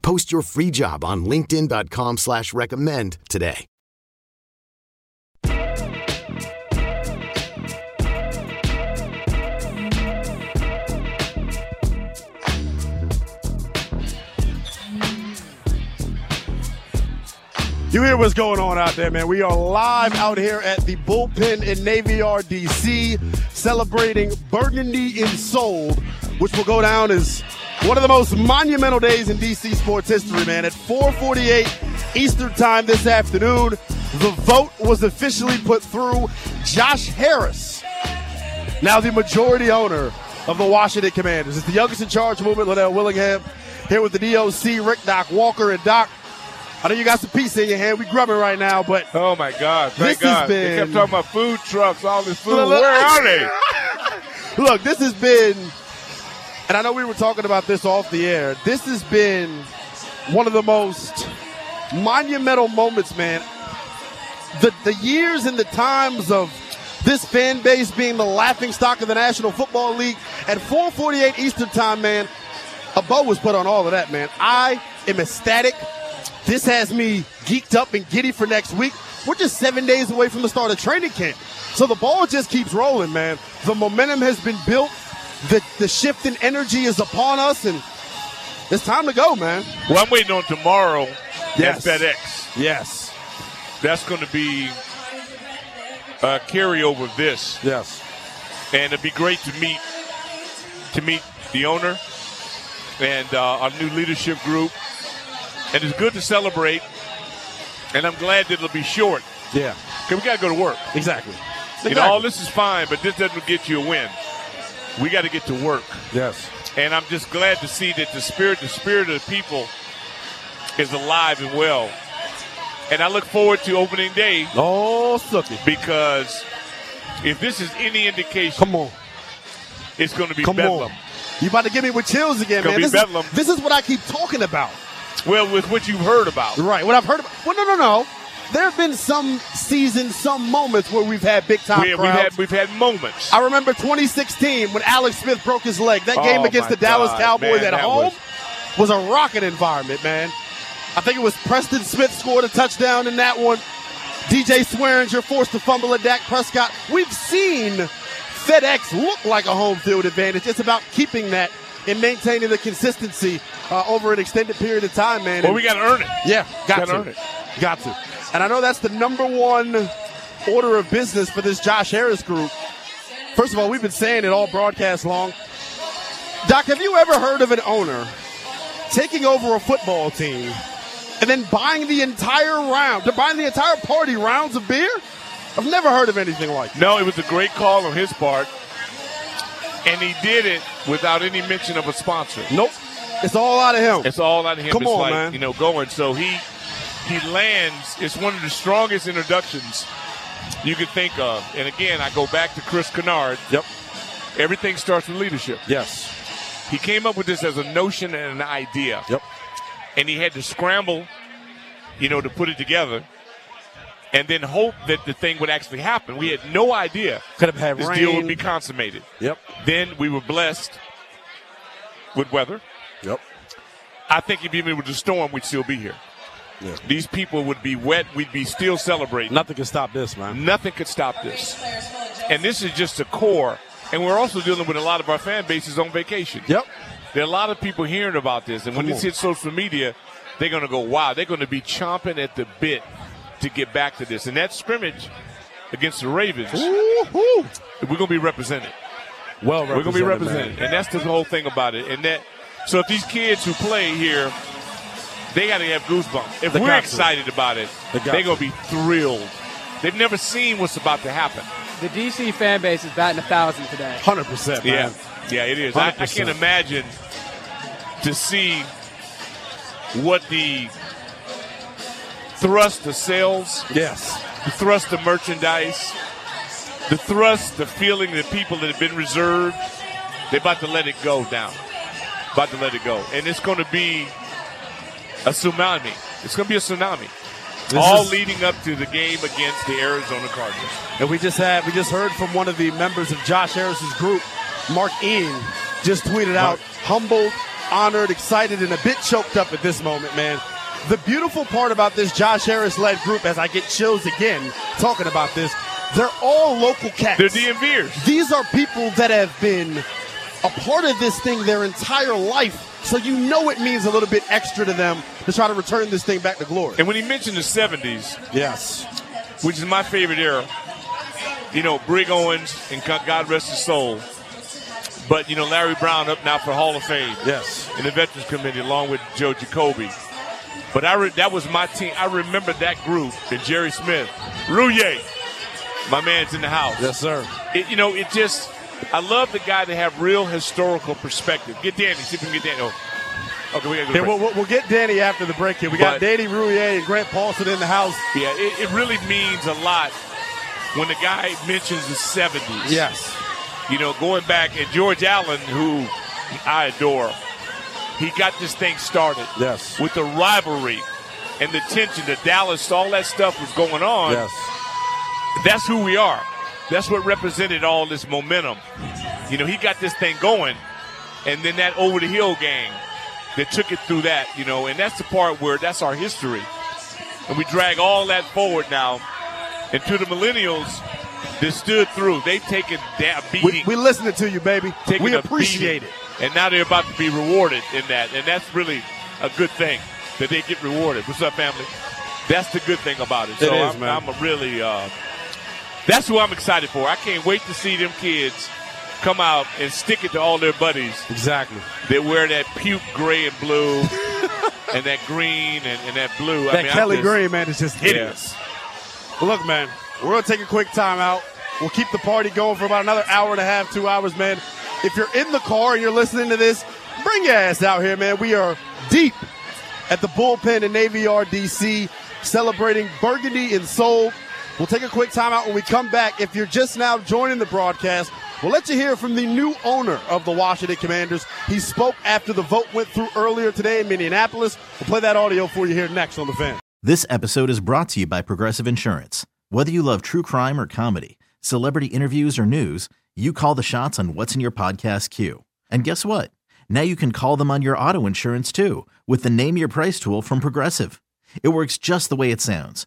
Speaker 11: Post your free job on linkedin.com/recommend slash recommend today.
Speaker 2: You hear what's going on out there, man. We are live out here at the bullpen in Navy Yard, D.C., celebrating Burgundy in Soul, which will go down as one of the most monumental days in D.C. sports history, man. At 448 Eastern time this afternoon, the vote was officially put through. Josh Harris, now the majority owner of the Washington Commanders. It's the youngest in charge movement, Liddell Willingham, here with the DOC, Rick Doc Walker, and Doc. I know you got some pizza in your hand. We grubbing right now, but
Speaker 6: Oh my God!
Speaker 2: This
Speaker 6: Thank
Speaker 2: has
Speaker 6: God.
Speaker 2: been-
Speaker 6: They kept talking about food trucks, all this food.
Speaker 2: Look, look.
Speaker 6: Where are they?
Speaker 2: look, this has been, and I know we were talking about this off the air. This has been one of the most monumental moments, man. The the years and the times of this fan base being the laughing stock of the National Football League at 4:48 Eastern Time, man. A bow was put on all of that, man. I am ecstatic. This has me geeked up and giddy for next week. We're just seven days away from the start of training camp. So the ball just keeps rolling, man. The momentum has been built. The, the shift in energy is upon us, and it's time to go, man.
Speaker 6: Well, I'm waiting on tomorrow
Speaker 2: Yes.
Speaker 6: at FedEx.
Speaker 2: Yes.
Speaker 6: That's going to be a carryover of this,
Speaker 2: Yes.
Speaker 6: and it'd be great to meet to meet the owner and uh, our new leadership group. And it's good to celebrate. And I'm glad that it'll be short
Speaker 2: Yeah.
Speaker 6: because we got to go to work.
Speaker 2: Exactly.
Speaker 6: You know, all this is fine, but this doesn't get you a win. We got to get to work,
Speaker 2: Yes.
Speaker 6: and I'm just glad to see that the spirit, the spirit of the people, is alive and well. And I look forward to opening day
Speaker 2: Oh, suck it.
Speaker 6: because if this is any indication,
Speaker 2: Come on.
Speaker 6: it's going to be
Speaker 2: Come
Speaker 6: bedlam.
Speaker 2: on. You about to give me with chills again,
Speaker 6: Gonna
Speaker 2: man.
Speaker 6: be
Speaker 2: This
Speaker 6: bedlam.
Speaker 2: is, this is what I keep talking about.
Speaker 6: Well, with what you've heard about,
Speaker 2: Right. What I've heard about. Well, no, no, no. There have been some seasons, some moments where we've had big time
Speaker 6: we, we've
Speaker 2: crowds.
Speaker 6: had we've had moments.
Speaker 2: I remember 2016 when Alex Smith broke his leg. That game
Speaker 6: Oh,
Speaker 2: against
Speaker 6: my
Speaker 2: the Dallas
Speaker 6: God,
Speaker 2: Cowboys
Speaker 6: man,
Speaker 2: at
Speaker 6: that
Speaker 2: home was... a rocket environment, man. I think it was Preston Smith scored a touchdown in that one. DJ Swearinger forced to fumble at Dak Prescott. We've seen FedEx look like a home field advantage. It's about keeping that and maintaining the consistency uh, over an extended period of time, man.
Speaker 6: well,
Speaker 2: And-
Speaker 6: we got to earn it.
Speaker 2: yeah, got
Speaker 6: Gotta
Speaker 2: to.
Speaker 6: earn it.
Speaker 2: Got to. And I know that's the number one order of business for this Josh Harris group. First of all, we've been saying it all broadcast long. Doc, have you ever heard of an owner taking over a football team and then buying the entire round, to buying the entire party rounds of beer? I've never heard of anything like that.
Speaker 6: No, it was a great call on his part, and he did it without any mention of a sponsor.
Speaker 2: Nope. It's all out of him.
Speaker 6: It's all on him.
Speaker 2: Come
Speaker 6: it's
Speaker 2: on,
Speaker 6: like,
Speaker 2: man.
Speaker 6: you know, going. So he he lands. It's one of the strongest introductions you could think of. And again, I go back to Chris Kennard.
Speaker 2: Yep.
Speaker 6: Everything starts with leadership.
Speaker 2: Yes.
Speaker 6: He came up with this as a notion and an idea.
Speaker 2: Yep.
Speaker 6: And he had to scramble, you know, to put it together. And then hope that the thing would actually happen. We had no idea
Speaker 2: Could have had
Speaker 6: this
Speaker 2: rain.
Speaker 6: deal would be consummated.
Speaker 2: Yep.
Speaker 6: Then we were blessed with weather.
Speaker 2: Yep.
Speaker 6: I think if even with the storm, we'd still be here.
Speaker 2: Yeah.
Speaker 6: These people would be wet. We'd be still celebrating.
Speaker 2: Nothing can stop this, man.
Speaker 6: Nothing could stop this. and this is just the core. And we're also dealing with a lot of our fan bases on vacation.
Speaker 2: Yep.
Speaker 6: There are a lot of people hearing about this, and when
Speaker 2: Come
Speaker 6: this
Speaker 2: on.
Speaker 6: hits social media, they're going to go, wow, they're going to be chomping at the bit to get back to this. And that scrimmage against the Ravens, we're going to be represented.
Speaker 7: Well
Speaker 6: We're going to be
Speaker 7: represented, man.
Speaker 6: represented. And that's the whole thing about it. And that, so if these kids who play here, they got to have goosebumps. If
Speaker 7: They
Speaker 6: we're
Speaker 7: got to.
Speaker 6: excited about it,
Speaker 7: They
Speaker 6: they're
Speaker 7: got
Speaker 6: going to be thrilled. They've never seen what's about to happen.
Speaker 12: The DC fan base is batting a thousand today.
Speaker 2: Hundred percent.
Speaker 6: Yeah, yeah, it is. I, I
Speaker 12: 100%.
Speaker 6: can't imagine to see what the thrust of sales,
Speaker 2: yes,
Speaker 6: the thrust of merchandise, the thrust, the feeling that people that have been reserved, they're about to let it go down, about to let it go, and it's going to be a tsunami. It's going to be a tsunami.
Speaker 2: This
Speaker 6: All
Speaker 2: is-
Speaker 6: leading up to the game against the Arizona Cardinals.
Speaker 2: And we just had we just heard from one of the members of Josh Harris's group, Mark Ean, just tweeted out, humbled, honored, excited, and a bit choked up at this moment, man. The beautiful part about this Josh Harris led group, as I get chills again talking about this, they're all local cats. They're
Speaker 6: DMVers.
Speaker 2: These are people that have been a part of this thing their entire life. So you know it means a little bit extra to them to try to return this thing back to glory.
Speaker 6: And when he mentioned the 70s,
Speaker 2: yes,
Speaker 6: which is my favorite era, you know, Brig Owens and God God rest his soul. But, you know, Larry Brown up now for Hall of Fame.
Speaker 2: Yes.
Speaker 6: In the Veterans Committee along with Joe Jacoby. But I re- that was my team. I remember that group and Jerry Smith. Rouye, my man's in the house. Yes,
Speaker 2: sir.
Speaker 6: It, you know, it just, I love the guy to have real historical perspective. Get Danny, see if we can get Danny. Oh. Okay, we got to go. to
Speaker 2: Hey,
Speaker 6: break.
Speaker 2: we'll, we'll we'll get Danny after the break here. We got
Speaker 6: But-
Speaker 2: Danny Rouye and Grant Paulson in the house.
Speaker 6: Yeah, it, it really means a lot when the guy mentions the 70s.
Speaker 2: Yes.
Speaker 6: You know, going back, and George Allen, who I adore, he got this thing started.
Speaker 2: Yes.
Speaker 6: With the rivalry and the tension, the Dallas, all that stuff was going on.
Speaker 2: Yes.
Speaker 6: That's who we are. That's what represented all this momentum. You know, he got this thing going, and then that over the hill gang that took it through that, you know, and that's the part where that's our history. And we drag all that forward now. And to the millennials that stood through, they've taken that beating.
Speaker 2: We, we listening to you, baby.
Speaker 6: taken
Speaker 2: we
Speaker 6: a
Speaker 2: appreciate
Speaker 6: beating.
Speaker 2: it.
Speaker 6: And now they're about to be rewarded in that. And that's really a good thing that they get rewarded. What's up, family? That's the good thing about it.
Speaker 2: It
Speaker 6: So
Speaker 2: is,
Speaker 6: I'm,
Speaker 2: man.
Speaker 6: I'm a really, uh, that's who I'm excited for. I can't wait to see them kids come out and stick it to all their buddies.
Speaker 2: Exactly.
Speaker 6: They wear that puke gray and
Speaker 2: (laughs)
Speaker 6: blue and that green and, and that blue.
Speaker 2: That
Speaker 6: I mean, I'm
Speaker 2: Kelly
Speaker 6: just-
Speaker 2: Green, man, is just hideous. Well, Look, man, we're going to take a quick timeout. We'll keep the party going for about another hour and a half, two hours, man. If you're in the car and you're listening to this, bring your ass out here, man. We are deep at the bullpen in Navy Yard, D.C., celebrating Burgundy and Soul. We'll take a quick timeout when we come back. If you're just now joining the broadcast, we'll let you hear from the new owner of the Washington Commanders. He spoke after the vote went through earlier today in Minneapolis. We'll play that audio for you here next on the fan.
Speaker 13: This episode is brought to you by Progressive Insurance. Whether you love true crime or comedy, celebrity interviews or news, you call the shots on what's in your podcast queue. And guess what? Now you can call them on your auto insurance too with the Name Your Price tool from Progressive. It works just the way it sounds.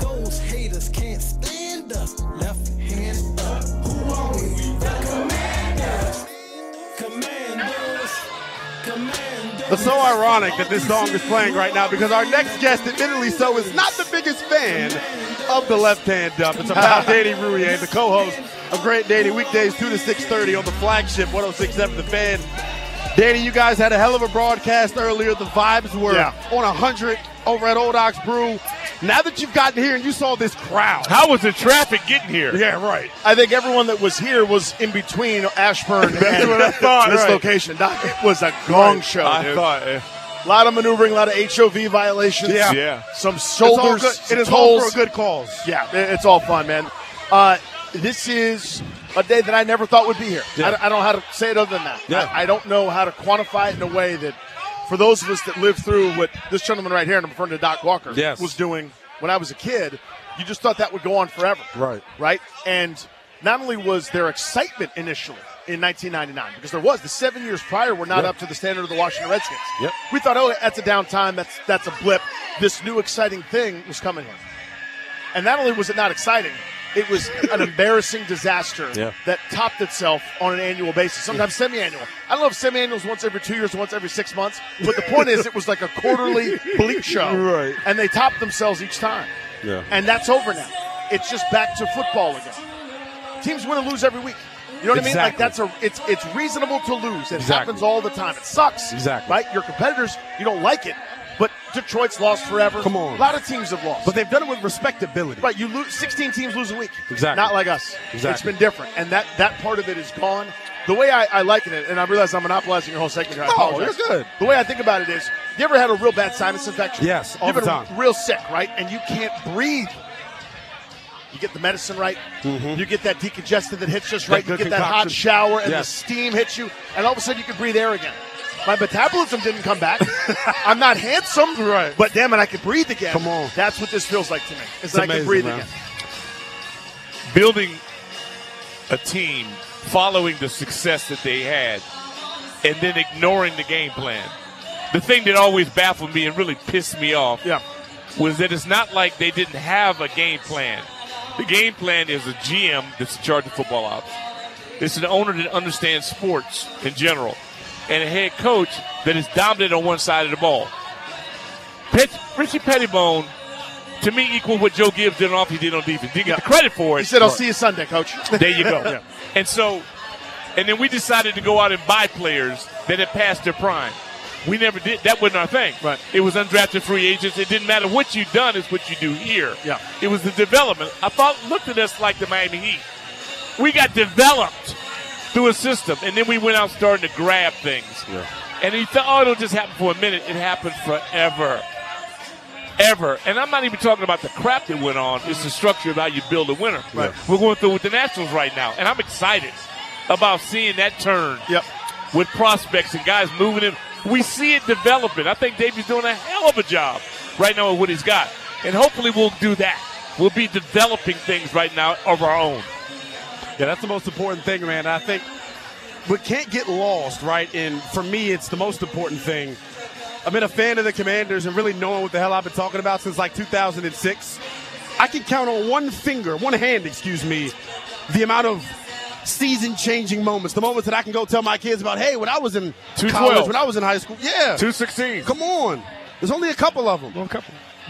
Speaker 14: Those haters can't stand us. Left hand up. Who are we? The commanders. Commanders. Commanders.
Speaker 2: It's so ironic that this song is playing right now because our next guest, admittedly so, is not the biggest fan of the Left Hand Dump. It's about Danny Rouye, the oh co-host of Great Danny Weekdays 2 to 6.30 on the flagship 106.7 The Fan. Danny, you guys had a hell of a broadcast earlier. The vibes were
Speaker 6: Yeah.
Speaker 2: on 100 over at Old Ox Brew. Now that you've gotten here and you saw this crowd.
Speaker 6: How was the traffic getting here?
Speaker 2: Yeah, right.
Speaker 7: I think everyone that was here was in between
Speaker 6: (laughs)
Speaker 7: Ashburn
Speaker 6: That's
Speaker 7: and
Speaker 6: what I thought,
Speaker 7: this
Speaker 6: right.
Speaker 7: location. Doc, it was a gong
Speaker 6: Right.
Speaker 7: show.
Speaker 6: I
Speaker 7: dude.
Speaker 6: thought, yeah.
Speaker 7: A lot of maneuvering, a lot of HOV violations.
Speaker 6: Yeah. Yeah.
Speaker 7: Some
Speaker 6: It's all
Speaker 7: shoulders.
Speaker 6: good-
Speaker 7: some
Speaker 6: it is all
Speaker 7: tolls.
Speaker 6: for a good cause.
Speaker 7: Yeah, it- it's all fun, man. Uh, this is a day that I never thought would be here.
Speaker 6: Yeah.
Speaker 7: I, I don't know how to say it other than that.
Speaker 6: Yeah.
Speaker 7: I, I don't know how to quantify it in a way that, for those of us that lived through what this gentleman right here, and I'm referring to Doc Walker,
Speaker 6: Yes.
Speaker 7: was doing when I was a kid, you just thought that would go on forever
Speaker 6: Right.
Speaker 7: right? And not only was there excitement initially in 1999, because there was the seven years prior were not
Speaker 6: Yeah.
Speaker 7: up to the standard of the Washington Redskins.
Speaker 6: Yep.
Speaker 7: We thought, oh, that's a downtime, that's that's a blip. This new exciting thing was coming here, and not only was it not exciting, it was
Speaker 6: (laughs)
Speaker 7: an embarrassing disaster
Speaker 6: Yeah.
Speaker 7: that topped itself on an annual basis, sometimes semi-annual. I love semi-annuals once every two years, once every six months, but the point is, it was like a
Speaker 6: (laughs)
Speaker 7: quarterly bleak show,
Speaker 6: Right.
Speaker 7: And they topped themselves each time.
Speaker 6: Yeah.
Speaker 7: And that's over now. It's just back to football again. Teams win and lose every week. You know what I mean? Like
Speaker 6: Exactly.
Speaker 7: that's a it's it's reasonable to lose. It
Speaker 6: Exactly.
Speaker 7: happens all the time. It sucks.
Speaker 6: Exactly.
Speaker 7: Right? Your competitors, you don't like it. But Detroit's lost forever.
Speaker 6: Come on.
Speaker 7: A lot of teams have lost.
Speaker 6: But they've done it with respectability.
Speaker 7: Right, you lose 16 teams lose a week.
Speaker 6: Exactly.
Speaker 7: Not like us.
Speaker 6: Exactly.
Speaker 7: It's been different. And that that part of it is gone. The way I, I liken it, and I realize I'm monopolizing your whole segment here. I
Speaker 6: No,
Speaker 7: apologize.
Speaker 6: you're good.
Speaker 7: The way I think about it is you ever had a real bad sinus infection?
Speaker 6: Yes, all
Speaker 7: You've
Speaker 6: the
Speaker 7: been
Speaker 6: time.
Speaker 7: real sick, right? And you can't breathe. You get the medicine right. You get that decongestant that hits just
Speaker 6: Mm-hmm. That
Speaker 7: right. you
Speaker 6: good
Speaker 7: get that hot
Speaker 6: concoction.
Speaker 7: shower and
Speaker 6: Yes.
Speaker 7: the steam hits you, and all of a sudden you can breathe air again. My metabolism didn't come
Speaker 6: (laughs)
Speaker 7: back. I'm not handsome, right? But damn it, I can breathe again. Come on, that's what this feels like to me. Is
Speaker 6: It's
Speaker 7: that I can
Speaker 6: amazing,
Speaker 7: breathe
Speaker 6: man.
Speaker 7: again.
Speaker 6: building a team following the success that they had and then ignoring the game plan. The thing that always baffled me and really pissed me off was that it's not like they didn't have a game plan. The game plan is a GM that's in charge of football ops. It's an owner that understands sports in general and a head coach that is dominant on one side of the ball. Pet, Richie Pettibone, to me, equal what Joe Gibbs did on offense, he did on defense. Didn't get the credit for it.
Speaker 7: He said, "I'll see you Sunday, coach."
Speaker 6: There you
Speaker 7: (laughs)
Speaker 6: go.
Speaker 7: Yeah.
Speaker 6: And so, and then we decided to go out and buy players that had passed their prime. We never did. That wasn't our thing. Right. It was undrafted free agents. It didn't matter what you done is what you do here. Yeah. It was the development. I thought looked at us like the Miami Heat. We got developed through a system, and then we went out starting to grab things. And he thought, oh, it'll just happen for a minute. It happened forever. Ever. And I'm not even talking about the crap that went on. It's the structure of how you build a winner. Right. We're going through with the Nationals right now. And I'm excited about seeing that turn yep. with prospects and guys moving in. We see it developing. I think Davey's doing a hell of a job right now with what he's got. And hopefully we'll do that. We'll be developing things right now of our own.
Speaker 15: Yeah, that's the most important thing, man. I think we can't get lost, right? And for me, it's the most important thing. I've been a fan of the Commanders and really knowing what the hell I've been talking about since like 2006. I can count on one finger, one hand, excuse me, the amount of season changing moments, the moments that I can go tell my kids about, hey, when I was in
Speaker 6: 212.
Speaker 15: college, when I was in high school, yeah.
Speaker 6: 216.
Speaker 15: Come on. There's only a couple of them.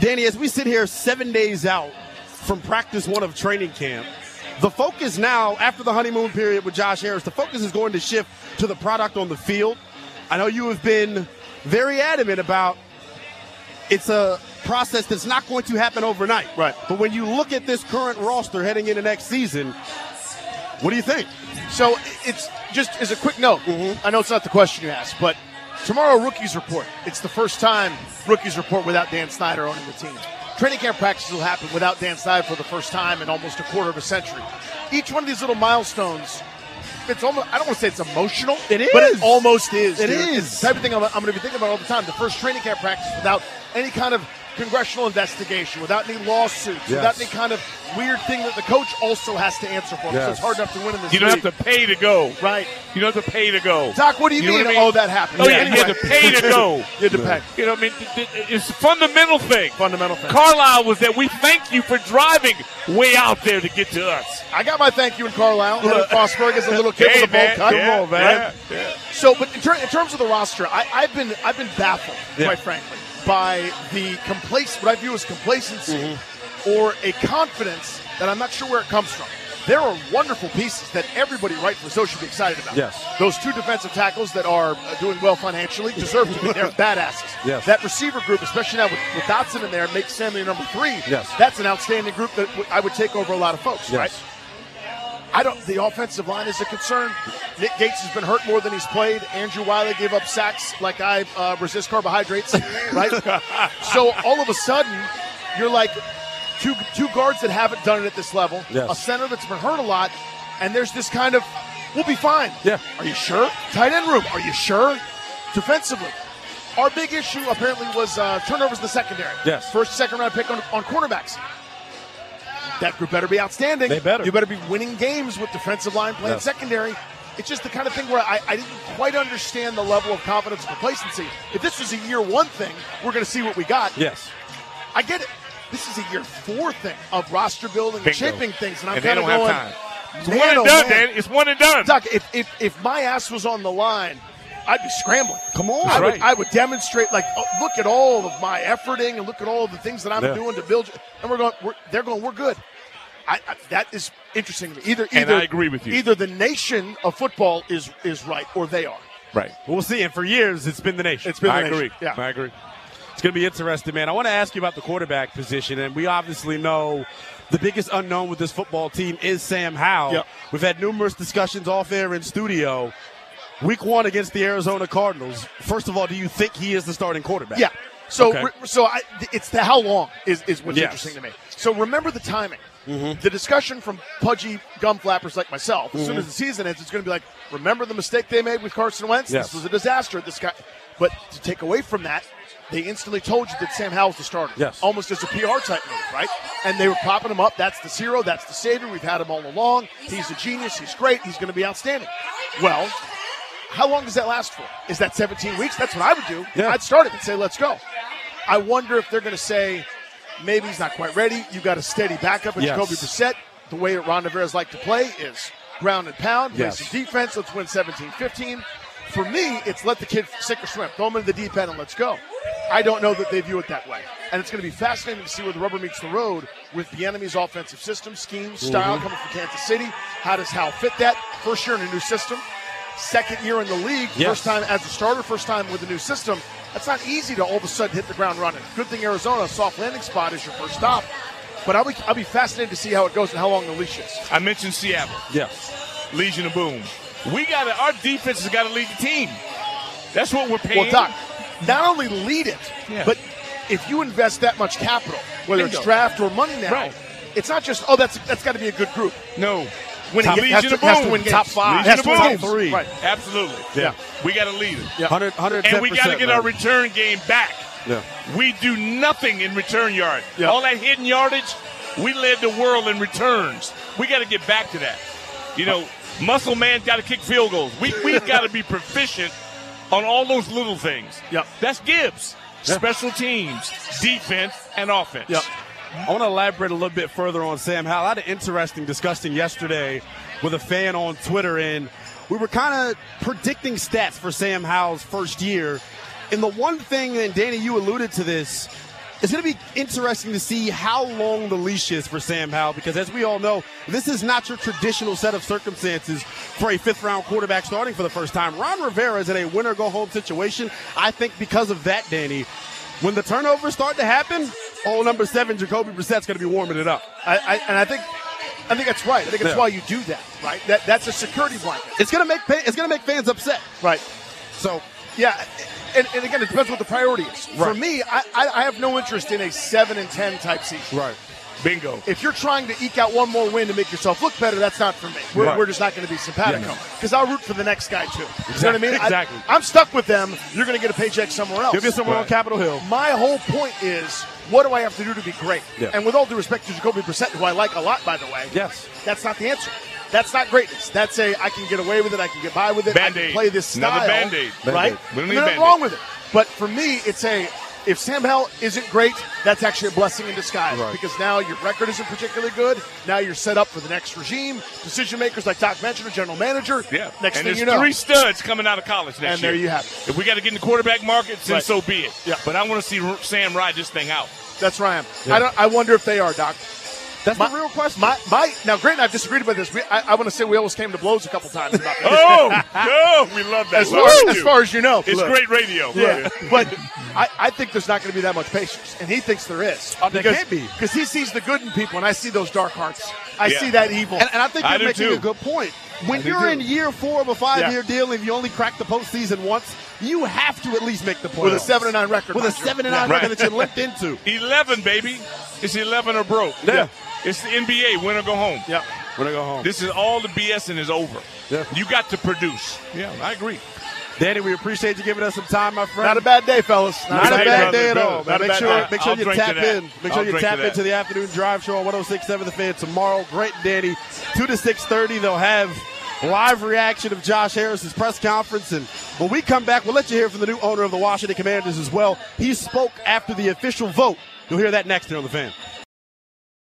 Speaker 15: Danny, as we sit here seven days out from practice one of training camp, the focus now, after the honeymoon period with Josh Harris, the focus is going to shift to the product on the field. I know you have been very adamant about it's a process that's not going to happen overnight. Right. But when you look at this current roster heading into next season,
Speaker 7: What do you think? So it's just as a quick note. I know it's not the question you asked, but tomorrow rookies report. It's the first time rookies report without Dan Snyder owning the team. Training camp practices will happen without Dan Snyder for the first time in almost a quarter of a century. Each one of these little milestones, it's almost, I don't want to say it's emotional. It But it
Speaker 15: is.
Speaker 7: almost is.
Speaker 15: It
Speaker 7: dude.
Speaker 15: is.
Speaker 7: It's the type of thing I'm, I'm going to be thinking about all the time. The first training camp practice without any kind of congressional investigation, without any lawsuits,
Speaker 6: Yes.
Speaker 7: without any kind of weird thing that the coach also has to answer for. So
Speaker 6: Yes.
Speaker 7: it's hard enough to win in this
Speaker 6: You don't
Speaker 7: league.
Speaker 6: have to pay to go.
Speaker 7: Right.
Speaker 6: You don't have to pay to go.
Speaker 7: Doc, what do you mean,
Speaker 6: know
Speaker 7: oh, that happened?
Speaker 6: Oh, yeah,
Speaker 7: Yeah,
Speaker 6: you
Speaker 7: anyway.
Speaker 6: had to pay to go.
Speaker 7: (laughs) You had to pay.
Speaker 6: You know what I mean? Th- th- It's a fundamental thing.
Speaker 7: Fundamental thing.
Speaker 6: Carlisle was that we thank you for driving way out there to get to us.
Speaker 7: I got my thank you in Carlisle. Headed
Speaker 6: Look.
Speaker 7: to Frostburg as a little kid
Speaker 6: Hey,
Speaker 7: with a bowl
Speaker 6: man,
Speaker 7: cut.
Speaker 6: yeah,
Speaker 7: Come on, man.
Speaker 6: yeah, yeah.
Speaker 7: So, but in, ter- in terms of the roster, I, I've been I've been baffled,
Speaker 6: Yeah.
Speaker 7: quite frankly, by the
Speaker 6: Mm-hmm.
Speaker 7: complac- what I view as complacency or a confidence that I'm not sure where it comes from. There are wonderful pieces that everybody rightfully so should be excited about.
Speaker 2: Yes.
Speaker 7: Those two defensive tackles that are uh, doing well financially deserve to
Speaker 6: (laughs)
Speaker 7: be there. Badasses.
Speaker 2: Yes.
Speaker 7: That receiver group, especially now with, with Dotson in there, makes Samuel number three.
Speaker 2: Yes.
Speaker 7: That's an outstanding group that w- I would take over a lot of folks,
Speaker 2: Yes.
Speaker 7: right? I don't. The offensive line is a concern. Nick Gates has been hurt more than he's played. Andrew Wiley gave up sacks like I uh, resist carbohydrates, (laughs) right? so all of a sudden, you're like two two guards that haven't done it at this level,
Speaker 2: Yes.
Speaker 7: a center that's been hurt a lot, and there's this kind of we'll be fine.
Speaker 2: Yeah.
Speaker 7: Are you sure? Tight end room. Are you sure? Defensively. Our big issue apparently was uh, turnovers in the secondary.
Speaker 2: Yes.
Speaker 7: First, second round pick on, on cornerbacks. That group better be outstanding.
Speaker 2: They better.
Speaker 7: You better be winning games with defensive line play and
Speaker 2: Yes.
Speaker 7: secondary. It's just the kind of thing where I, I didn't quite understand the level of confidence and complacency. If this was a year one thing, we're going to see what we got.
Speaker 2: Yes.
Speaker 7: I get it. This is a year four thing of roster building and
Speaker 6: Bingo.
Speaker 7: shaping things, and I'm
Speaker 6: And they
Speaker 7: kind of
Speaker 6: don't have
Speaker 7: going.
Speaker 6: time. It's
Speaker 7: "Man,
Speaker 6: one and
Speaker 7: oh,
Speaker 6: done,
Speaker 7: man."
Speaker 6: Dan. It's one and done.
Speaker 7: Doc, if, if if my ass was on the line, I'd be scrambling. Come on, I, would,
Speaker 2: Right.
Speaker 7: I would demonstrate. Like, oh, look at all of my efforting, and look at all of the things that I'm
Speaker 6: Yeah.
Speaker 7: doing to build. And we're going. We're, they're going. We're good. I, I, that is interesting to me. Either, either
Speaker 6: And I agree with you.
Speaker 7: Either the nation of football is is right, or they are.
Speaker 2: Right. Well, we'll see. And for years, it's been the nation.
Speaker 7: It's been the
Speaker 2: I
Speaker 7: nation.
Speaker 2: agree.
Speaker 7: Yeah.
Speaker 2: I agree. It's going to be interesting, man. I want to ask you about the quarterback position, and we obviously know the biggest unknown with this football team is Sam Howell.
Speaker 7: Yep.
Speaker 2: We've had numerous discussions off air in studio. Week one against the Arizona Cardinals. First of all, do you think he is the starting quarterback?
Speaker 7: Yeah. So
Speaker 2: Okay.
Speaker 7: re- so I, th- it's the how long is, is what's
Speaker 2: Yes.
Speaker 7: interesting to me. So remember the timing.
Speaker 6: Mm-hmm.
Speaker 7: The discussion from pudgy gum flappers like myself, as soon
Speaker 2: Mhm.
Speaker 7: as the season ends, it's going to be like, remember the mistake they made with Carson Wentz?
Speaker 2: Yes.
Speaker 7: This was a disaster. This guy. But to take away from that, they instantly told you that Sam Howell's the starter.
Speaker 2: Yes.
Speaker 7: Almost as a PR type move, right? And they were popping him up. That's the zero. That's the savior. We've had him all along. He's a genius. He's great. He's going to be outstanding. Well, how long does that last for? Is that 17 weeks? That's what I would do. I'd start it and say, let's go. I wonder if they're going to say, maybe he's not quite ready. You've got a steady backup in
Speaker 2: Yes.
Speaker 7: Jacoby Brissett. The way that Ron Rivera's like to play is ground and pound, play
Speaker 2: Yes.
Speaker 7: some defense. Let's win 17 15. For me, it's let the kid sink or swim. Throw him in the deep end and let's go. I don't know that they view it that way. And it's going to be fascinating to see where the rubber meets the road with the enemy's offensive system, scheme, style
Speaker 2: Mhm.
Speaker 7: coming from Kansas City. How does Hal fit that? First year in a new system, second year in the league,
Speaker 2: Yes.
Speaker 7: first time as a starter, first time with a new system. That's not easy to all of a sudden hit the ground running. Good thing Arizona, soft landing spot is your first stop. But I'll be, I'll be fascinated to see how it goes and how long the leash is.
Speaker 6: I mentioned Seattle.
Speaker 2: Yes.
Speaker 6: Legion of Boom. We got to, our defense has got to lead the team. That's what we're paying.
Speaker 7: Well, Doc, not only lead it,
Speaker 6: Yeah.
Speaker 7: but if you invest that much capital, whether it's
Speaker 6: Bingo.
Speaker 7: draft or money now,
Speaker 6: Right.
Speaker 7: it's not just, oh, that's that's got to be a good group.
Speaker 6: No.
Speaker 7: When
Speaker 6: Top-
Speaker 7: it has,
Speaker 6: Legion
Speaker 7: to,
Speaker 6: of
Speaker 7: has to
Speaker 6: Boom.
Speaker 7: win top five,
Speaker 6: Legion
Speaker 7: has
Speaker 6: of
Speaker 7: to win top
Speaker 6: Boom.
Speaker 7: three.
Speaker 6: Right. Absolutely.
Speaker 2: Yeah.
Speaker 6: We got to lead it.
Speaker 2: Yeah. 100, 110%,
Speaker 6: And we got to get our
Speaker 2: man.
Speaker 6: return game back.
Speaker 2: Yeah.
Speaker 6: We do nothing in return yard.
Speaker 2: Yeah.
Speaker 6: All that hidden yardage, we led the world in returns. We got to get back to that. You know, muscle man's got to kick field goals. We
Speaker 7: (laughs)
Speaker 6: we got to be proficient on all those little things.
Speaker 7: Yep.
Speaker 6: That's Gibbs. Special teams, defense, and offense.
Speaker 2: Yep. I want to elaborate a little bit further on Sam Howell. I had an interesting discussion yesterday with a fan on Twitter, and we were kind of predicting stats for Sam Howell's first year. And the one thing, and Danny, you alluded to this, it's going to be interesting to see how long the leash is for Sam Howell because, as we all know, this is not your traditional set of circumstances for a fifth round quarterback starting for the first time. Ron Rivera is in a win or go home situation. I think because of that, Danny, when the turnovers start to happen,
Speaker 7: oh,
Speaker 2: old number seven, Jacoby Brissett's going to be warming it up.
Speaker 7: I, I, and I think I think that's right. I think that's
Speaker 2: Yeah.
Speaker 7: why you do that, right? That that's a security blanket.
Speaker 2: It's going to make fa- it's going to make fans upset.
Speaker 7: Right.
Speaker 2: So,
Speaker 7: yeah, and, and again, it depends what the priority is. For me, I, I, I have no interest in a seven and ten type season.
Speaker 2: Right.
Speaker 6: Bingo.
Speaker 7: If you're trying to eke out one more win to make yourself look better, that's not for me. We're,
Speaker 2: Right.
Speaker 7: we're just not going to be simpatico
Speaker 2: Yeah.
Speaker 7: because I'll root for the next guy too. You know what I
Speaker 2: Exactly.
Speaker 7: mean? I-
Speaker 2: Exactly.
Speaker 7: I'm stuck with them. You're going to get a paycheck somewhere else.
Speaker 2: You'll get somewhere on Right. Capitol Hill.
Speaker 7: My whole point is, what do I have to do to be great?
Speaker 2: Yeah.
Speaker 7: And with all due respect to Jacoby Brissett, who I like a lot, by the way,
Speaker 2: Yes.
Speaker 7: that's not the answer. That's not greatness. That's a I can get away with it. I can get by with it. I can
Speaker 6: Band-Aid.
Speaker 7: play this style.
Speaker 6: Another Band-Aid.
Speaker 7: Right?
Speaker 6: Band-Aid. We don't
Speaker 7: And
Speaker 6: need
Speaker 7: there's nothing
Speaker 6: Band-Aid.
Speaker 7: wrong with it. But for me, it's a if Sam Howell isn't great, that's actually a blessing in disguise
Speaker 2: Right.
Speaker 7: because now your record isn't particularly good. Now you're set up for the next regime. Decision makers like Doc mentioned, a general manager.
Speaker 6: Yeah.
Speaker 7: Next
Speaker 6: and
Speaker 7: thing
Speaker 6: there's
Speaker 7: you know,
Speaker 6: three studs coming out of college next
Speaker 7: And
Speaker 6: year.
Speaker 7: there you have
Speaker 6: it. If we got to get in the quarterback market, then
Speaker 7: Right.
Speaker 6: so be it.
Speaker 7: Yeah.
Speaker 6: But I want to see R- Sam ride this thing out.
Speaker 7: that's where I am.
Speaker 6: Yeah.
Speaker 7: I don't. I wonder if they are, Doc. That's the real question. My, my, now, Grant and I have disagreed about this. We, I, I want to say we almost came to blows a couple times about this. (laughs)
Speaker 6: Oh, oh, we love that.
Speaker 7: As far,
Speaker 6: Love
Speaker 7: as
Speaker 6: you.
Speaker 7: far as you know.
Speaker 6: It's
Speaker 7: Look.
Speaker 6: great radio.
Speaker 7: Yeah.
Speaker 6: Love
Speaker 7: (laughs) but I, I think there's not going to be that much patience. And he thinks there is.
Speaker 2: Uh, there
Speaker 7: because,
Speaker 2: can't be.
Speaker 7: Because he sees the good in people, and I see those dark hearts. I
Speaker 2: Yeah.
Speaker 7: see that evil.
Speaker 2: And, and I think you're making
Speaker 7: too.
Speaker 2: a good point. When
Speaker 7: I do
Speaker 2: you're
Speaker 7: too.
Speaker 2: in year four of a five-year
Speaker 7: Yeah.
Speaker 2: deal, and you only crack the postseason once, you have to at least make the playoffs
Speaker 7: With a seven and nine record,
Speaker 2: With a
Speaker 7: mind you.
Speaker 2: seven and nine
Speaker 7: Yeah.
Speaker 2: record that you
Speaker 7: (laughs)
Speaker 6: (laughs)
Speaker 2: limped into.
Speaker 6: 11, baby. It's 11 or broke.
Speaker 2: Yeah.
Speaker 6: It's the NBA, win or go home.
Speaker 7: Yeah.
Speaker 2: When I go home.
Speaker 6: This is all the BS and is over. Yeah. You got to produce. Yeah, I agree.
Speaker 2: Danny, we appreciate you giving us some time, my friend.
Speaker 7: Not a bad day, fellas.
Speaker 2: Not, a bad day at all.
Speaker 7: Not
Speaker 2: man.
Speaker 7: a
Speaker 2: Make
Speaker 7: bad
Speaker 2: sure,
Speaker 7: day.
Speaker 2: make sure
Speaker 7: I'll
Speaker 2: you
Speaker 7: drink to
Speaker 2: tap
Speaker 7: that.
Speaker 2: in. Make
Speaker 7: I'll
Speaker 2: sure you
Speaker 7: drink to
Speaker 2: tap
Speaker 7: that.
Speaker 2: into the afternoon drive show on 106.7 The Fan tomorrow. Great, Danny. 2 to 6.30, they'll have live reaction of Josh Harris's press conference. And when we come back, we'll let you hear from the new owner of the Washington Commanders as well. He spoke after the official vote. You'll hear that next here on The Fan.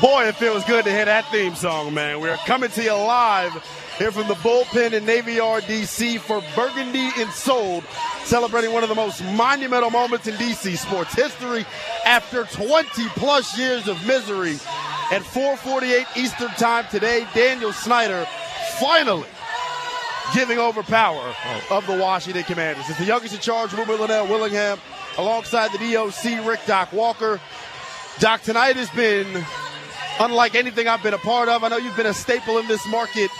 Speaker 2: Boy, it feels good to hear that theme song, man. We're coming to you live here from the bullpen in Navy Yard, D.C. for Burgundy and Sold, celebrating one of the most monumental moments in D.C. sports history after 20 plus years of misery. At 4:48 Eastern Time today, Daniel Snyder finally giving over power of the Washington Commanders. It's the youngest in charge, Wilbur Linnell Willingham, alongside the DOC, Rick Doc Walker. Doc, tonight has been unlike anything I've been a part of. I know you've been a staple in this market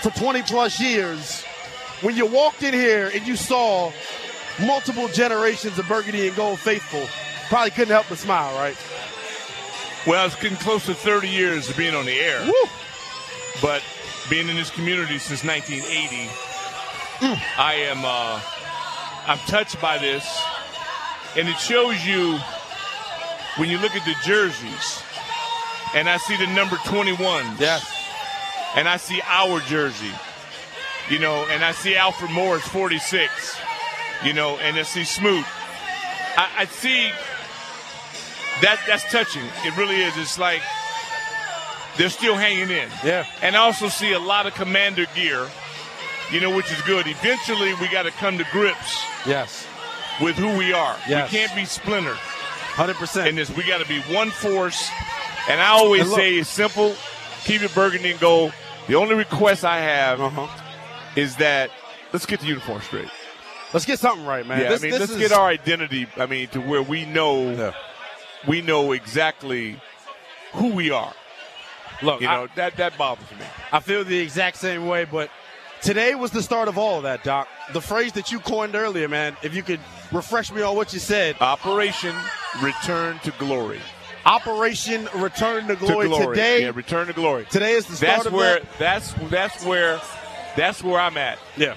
Speaker 2: for 20 plus years. When you walked in here and you saw multiple generations of burgundy and gold faithful, probably couldn't help but smile, right?
Speaker 6: Well, it's getting close to 30 years of being on the air.
Speaker 2: Woo!
Speaker 6: But being in this community since 1980, I am uh, I'm touched by this, and it shows you when you look at the jerseys, and I see the number 21s. Yes. And I see our jersey, you know, and I see Alfred Morris 46, you know, and I see Smoot. I, I see that that's touching. It really is. It's like they're still hanging in. Yeah. And I also see a lot of commander gear, you know, which is good. Eventually, we got to come to grips
Speaker 2: Yes.
Speaker 6: with who we are.
Speaker 2: Yes.
Speaker 6: We can't be splintered.
Speaker 2: 100%.
Speaker 6: In this, we got to be one force. And I always
Speaker 2: And look-
Speaker 6: say it's simple keep it burgundy and gold. The only request I have
Speaker 2: Uh-huh.
Speaker 6: is that let's get the uniform straight.
Speaker 2: Let's get something right, man.
Speaker 6: Yeah,
Speaker 2: This-
Speaker 6: I mean,
Speaker 2: this
Speaker 6: let's
Speaker 2: is-
Speaker 6: get our identity. I mean, to where we know, we know exactly who we are.
Speaker 2: Look,
Speaker 6: you
Speaker 2: I-
Speaker 6: know that that bothers me.
Speaker 2: I feel the exact same way, but today was the start of all of that, Doc. The phrase that you coined earlier, man, if you could refresh me on what you said
Speaker 6: Operation Return to Glory.
Speaker 2: Operation Return to Glory, today.
Speaker 6: yeah, return to glory.
Speaker 2: Today is the start
Speaker 6: that's
Speaker 2: of
Speaker 6: where
Speaker 2: that.
Speaker 6: that's that's where that's where I'm at.
Speaker 2: Yeah,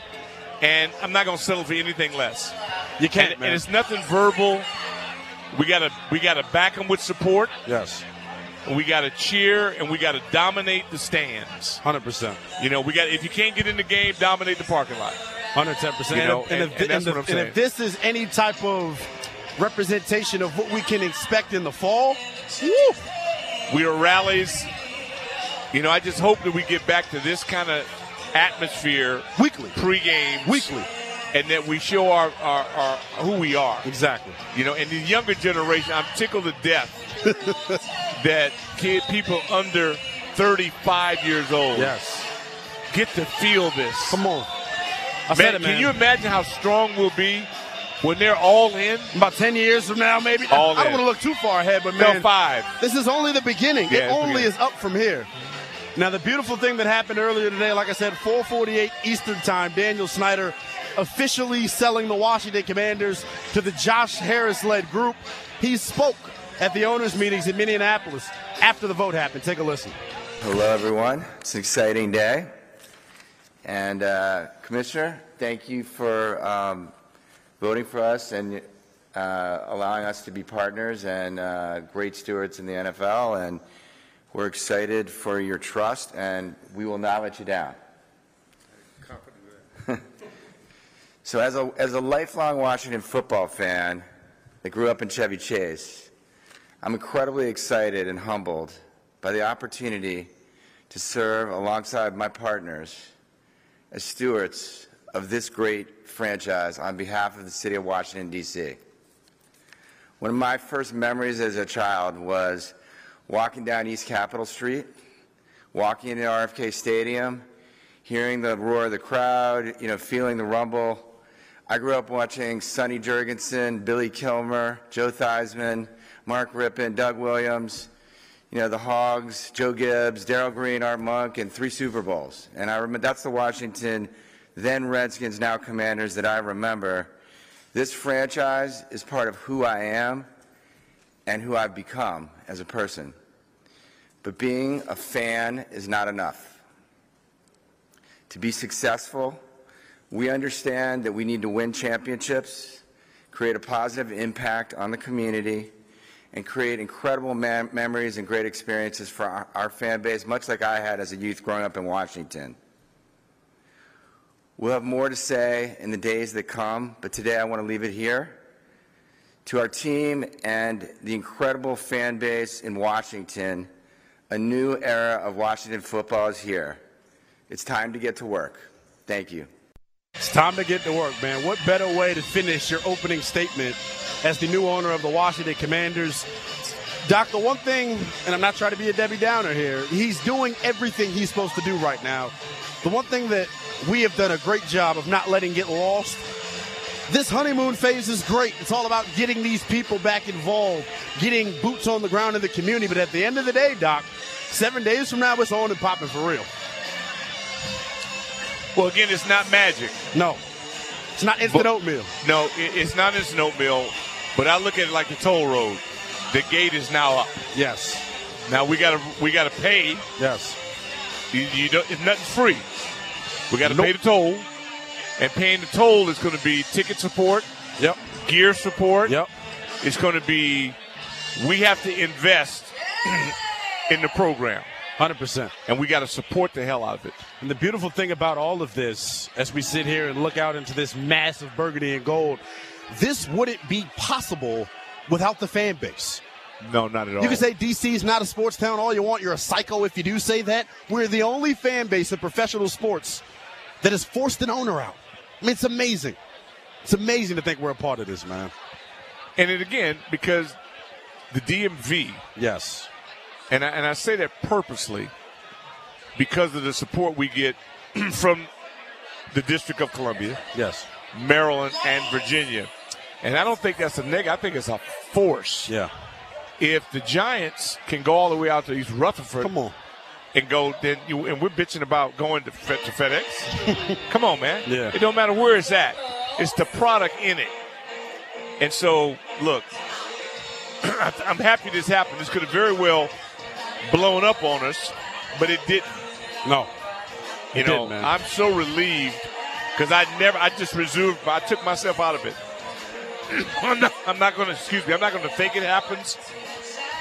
Speaker 6: and I'm not gonna settle for anything less.
Speaker 2: You can't,
Speaker 6: And,
Speaker 2: man.
Speaker 6: and it's nothing verbal. We gotta we gotta back them with support.
Speaker 2: Yes.
Speaker 6: We gotta cheer and we gotta dominate the stands.
Speaker 2: Hundred percent.
Speaker 6: You know, we got if you can't get in the game, dominate the parking lot.
Speaker 2: Hundred ten percent.
Speaker 6: You
Speaker 2: And
Speaker 6: know,
Speaker 2: if-
Speaker 6: and,
Speaker 2: and if
Speaker 6: and
Speaker 2: thi-
Speaker 6: that's what
Speaker 2: and
Speaker 6: I'm
Speaker 2: if- and
Speaker 6: saying.
Speaker 2: if this is any type of representation of what we can expect in the fall, woo,
Speaker 6: we are rallies. You know, I just hope that we get back to this kind of atmosphere
Speaker 2: weekly,
Speaker 6: pregame,
Speaker 2: weekly,
Speaker 6: and that we show our, our, our who we are
Speaker 2: exactly.
Speaker 6: You know, and the younger generation, I'm tickled to
Speaker 2: (laughs)
Speaker 6: death that kid people under 35 years old,
Speaker 2: yes,
Speaker 6: get to feel this. Come
Speaker 2: on, I
Speaker 6: man,
Speaker 2: said it, man.
Speaker 6: Can you imagine how strong we'll be when they're all in?
Speaker 2: About 10 years from now, maybe.
Speaker 6: All
Speaker 2: I don't
Speaker 6: in.
Speaker 2: want to look too far ahead, but
Speaker 6: No,
Speaker 2: man,
Speaker 6: five.
Speaker 2: This is only the beginning.
Speaker 6: Yeah,
Speaker 2: it
Speaker 6: it's the
Speaker 2: only
Speaker 6: beginning.
Speaker 2: is up from here. Now, the beautiful thing that happened earlier today, like I said, 4:48 Eastern Time, Daniel Snyder officially selling the Washington Commanders to the Josh Harris-led group. He spoke at the owners' meetings in Minneapolis after the vote happened. Take a listen.
Speaker 16: Hello, everyone. It's an exciting day. And uh, Commissioner, thank you for um, voting for us and uh, allowing us to be partners and uh, great stewards in the NFL. And we're excited for your trust, and we will not let you down. (laughs) So, as a, as a lifelong Washington football fan that grew up in Chevy Chase, I'm incredibly excited and humbled by the opportunity to serve alongside my partners as stewards of this great franchise on behalf of the city of Washington, D.C. One of my first memories as a child was walking down East Capitol Street, walking into RFK Stadium, hearing the roar of the crowd, you know, feeling the rumble. I grew up watching Sonny Jurgensen, Billy Kilmer, Joe Theismann, Mark Rippon, Doug Williams, you know, the Hogs, Joe Gibbs, Daryl Green, Art Monk, and three Super Bowls. And I remember that's the Washington, then Redskins, now Commanders that I remember. This franchise is part of who I am and who I've become as a person. But being a fan is not enough. To be successful, we understand that we need to win championships, create a positive impact on the community, and create incredible mem- memories and great experiences for our, our fan base, much like I had as a youth growing up in Washington. We'll have more to say in the days that come, but today I want to leave it here. To our team and the incredible fan base in Washington, a new era of Washington football is here. It's time to get to work. Thank you.
Speaker 2: It's time to get to work, man. What better way to finish your opening statement as the new owner of the Washington Commanders? Doc, the one thing, and I'm not trying to be a Debbie Downer here, he's doing everything he's supposed to do right now. The one thing that we have done a great job of not letting get lost. This honeymoon phase is great. It's all about getting these people back involved, getting boots on the ground in the community. But at the end of the day, Doc, seven days from now, it's on and popping for real.
Speaker 6: Well, again, it's not magic.
Speaker 2: No. It's not instant oatmeal.
Speaker 6: No, it, it's not instant oatmeal, but I look at it like the toll road. The gate is now up.
Speaker 2: Yes.
Speaker 6: Now we gotta we gotta pay.
Speaker 2: Yes.
Speaker 6: You, you don't, it's nothing free. We gotta pay the toll, and paying the toll is gonna be ticket support.
Speaker 2: Yep.
Speaker 6: Gear support.
Speaker 2: Yep.
Speaker 6: It's gonna be. We have to invest (clears throat) in the program.
Speaker 2: Hundred percent.
Speaker 6: And we gotta support the hell out of it.
Speaker 2: And the beautiful thing about all of this, as we sit here and look out into this massive burgundy and gold, this wouldn't be possible without the fan base.
Speaker 6: No, not at all.
Speaker 2: You can say DC is not a sports town all you want. You're a psycho if you do say that. We're the only fan base of professional sports that has forced an owner out. I mean, it's amazing. It's amazing to think we're a part of this, man.
Speaker 6: And it again because the DMV.
Speaker 2: Yes.
Speaker 6: And I, and I say that purposely because of the support we get (clears throat) from the District of Columbia.
Speaker 2: Yes.
Speaker 6: Maryland and Virginia. And I don't think that's a negative. I think it's a force.
Speaker 2: Yeah.
Speaker 6: If the Giants can go all the way out to East Rutherford,
Speaker 2: come on,
Speaker 6: and go, then you and we're bitching about going to, Fe- to
Speaker 2: (laughs)
Speaker 6: FedEx. come on, man.
Speaker 2: Yeah.
Speaker 6: It don't matter where it's at. It's the product in it. And so, look, (coughs) I'm happy this happened. This could have very well blown up on us, but it didn't.
Speaker 2: No.
Speaker 6: You
Speaker 2: It
Speaker 6: know,
Speaker 2: didn't, man.
Speaker 6: I'm so relieved because I never, I just resumed, I took myself out of it. (coughs) I'm not, I'm not going to, excuse me, I'm not going to think it happens.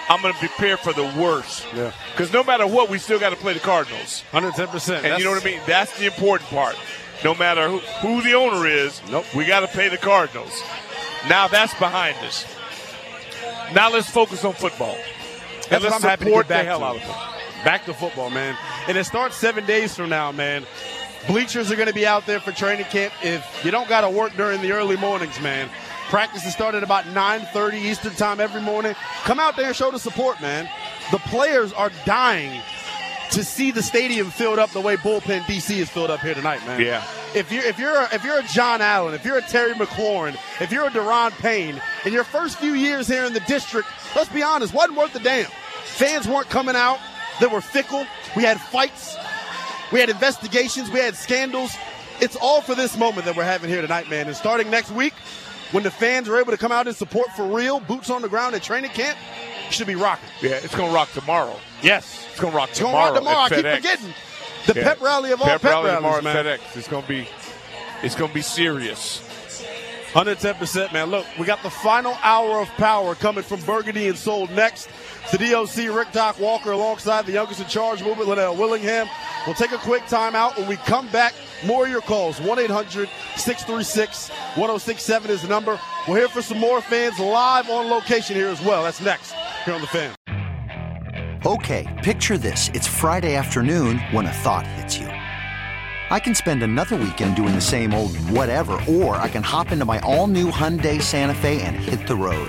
Speaker 6: I'm going to prepare for the worst.
Speaker 2: Yeah.
Speaker 6: Because no matter what, we still got to play the Cardinals.
Speaker 2: 110%.
Speaker 6: And you know what I mean? That's the important part. No matter who, who the owner is, nope. we got to pay the Cardinals. Now that's behind us. Now let's focus on football.
Speaker 2: That's
Speaker 6: and
Speaker 2: what
Speaker 6: let's
Speaker 2: I'm happy to
Speaker 6: support
Speaker 2: get back
Speaker 6: the hell
Speaker 2: to.
Speaker 6: out of it.
Speaker 2: Back to football, man. And it starts seven days from now, man. Bleachers are going to be out there for training camp. If you don't got to work during the early mornings, man, practice is starting at about 9.30 Eastern time every morning. Come out there and show the support, man. The players are dying to see the stadium filled up the way bullpen DC is filled up here tonight, man.
Speaker 6: Yeah.
Speaker 2: If you're if you're a, if you're a John Allen, if you're a Terry McLaurin, if you're a Deron Payne, in your first few years here in the district, let's be honest, wasn't worth a damn. Fans weren't coming out. They were fickle. We had fights. We had investigations. We had scandals. It's all for this moment that we're having here tonight, man. And starting next week, when the fans are able to come out and support for real, boots on the ground at training camp, should be rocking.
Speaker 6: Yeah, it's going to rock tomorrow.
Speaker 2: Yes.
Speaker 6: It's going to rock
Speaker 2: It's going on
Speaker 6: tomorrow.
Speaker 2: tomorrow. I
Speaker 6: at
Speaker 2: keep
Speaker 6: FedEx.
Speaker 2: forgetting. The
Speaker 6: Yeah.
Speaker 2: pep rally of all pep,
Speaker 6: pep rally
Speaker 2: rallies,
Speaker 6: tomorrow at
Speaker 2: man.
Speaker 6: FedEx. It's going to be it's going to be serious.
Speaker 2: 110%, man. Look, we got the final hour of power coming from Burgundy and Soul next. The DOC, Rick Doc Walker, alongside the youngest in charge movement, Linnell Willingham. We'll take a quick timeout. When we come back, more of your calls. 1 800 636 1067 is the number. We're here for some more fans live on location here as well. That's next here on The Fan.
Speaker 8: Okay, picture this. It's Friday afternoon when a thought hits you. I can spend another weekend doing the same old whatever, or I can hop into my all new Hyundai Santa Fe and hit the road.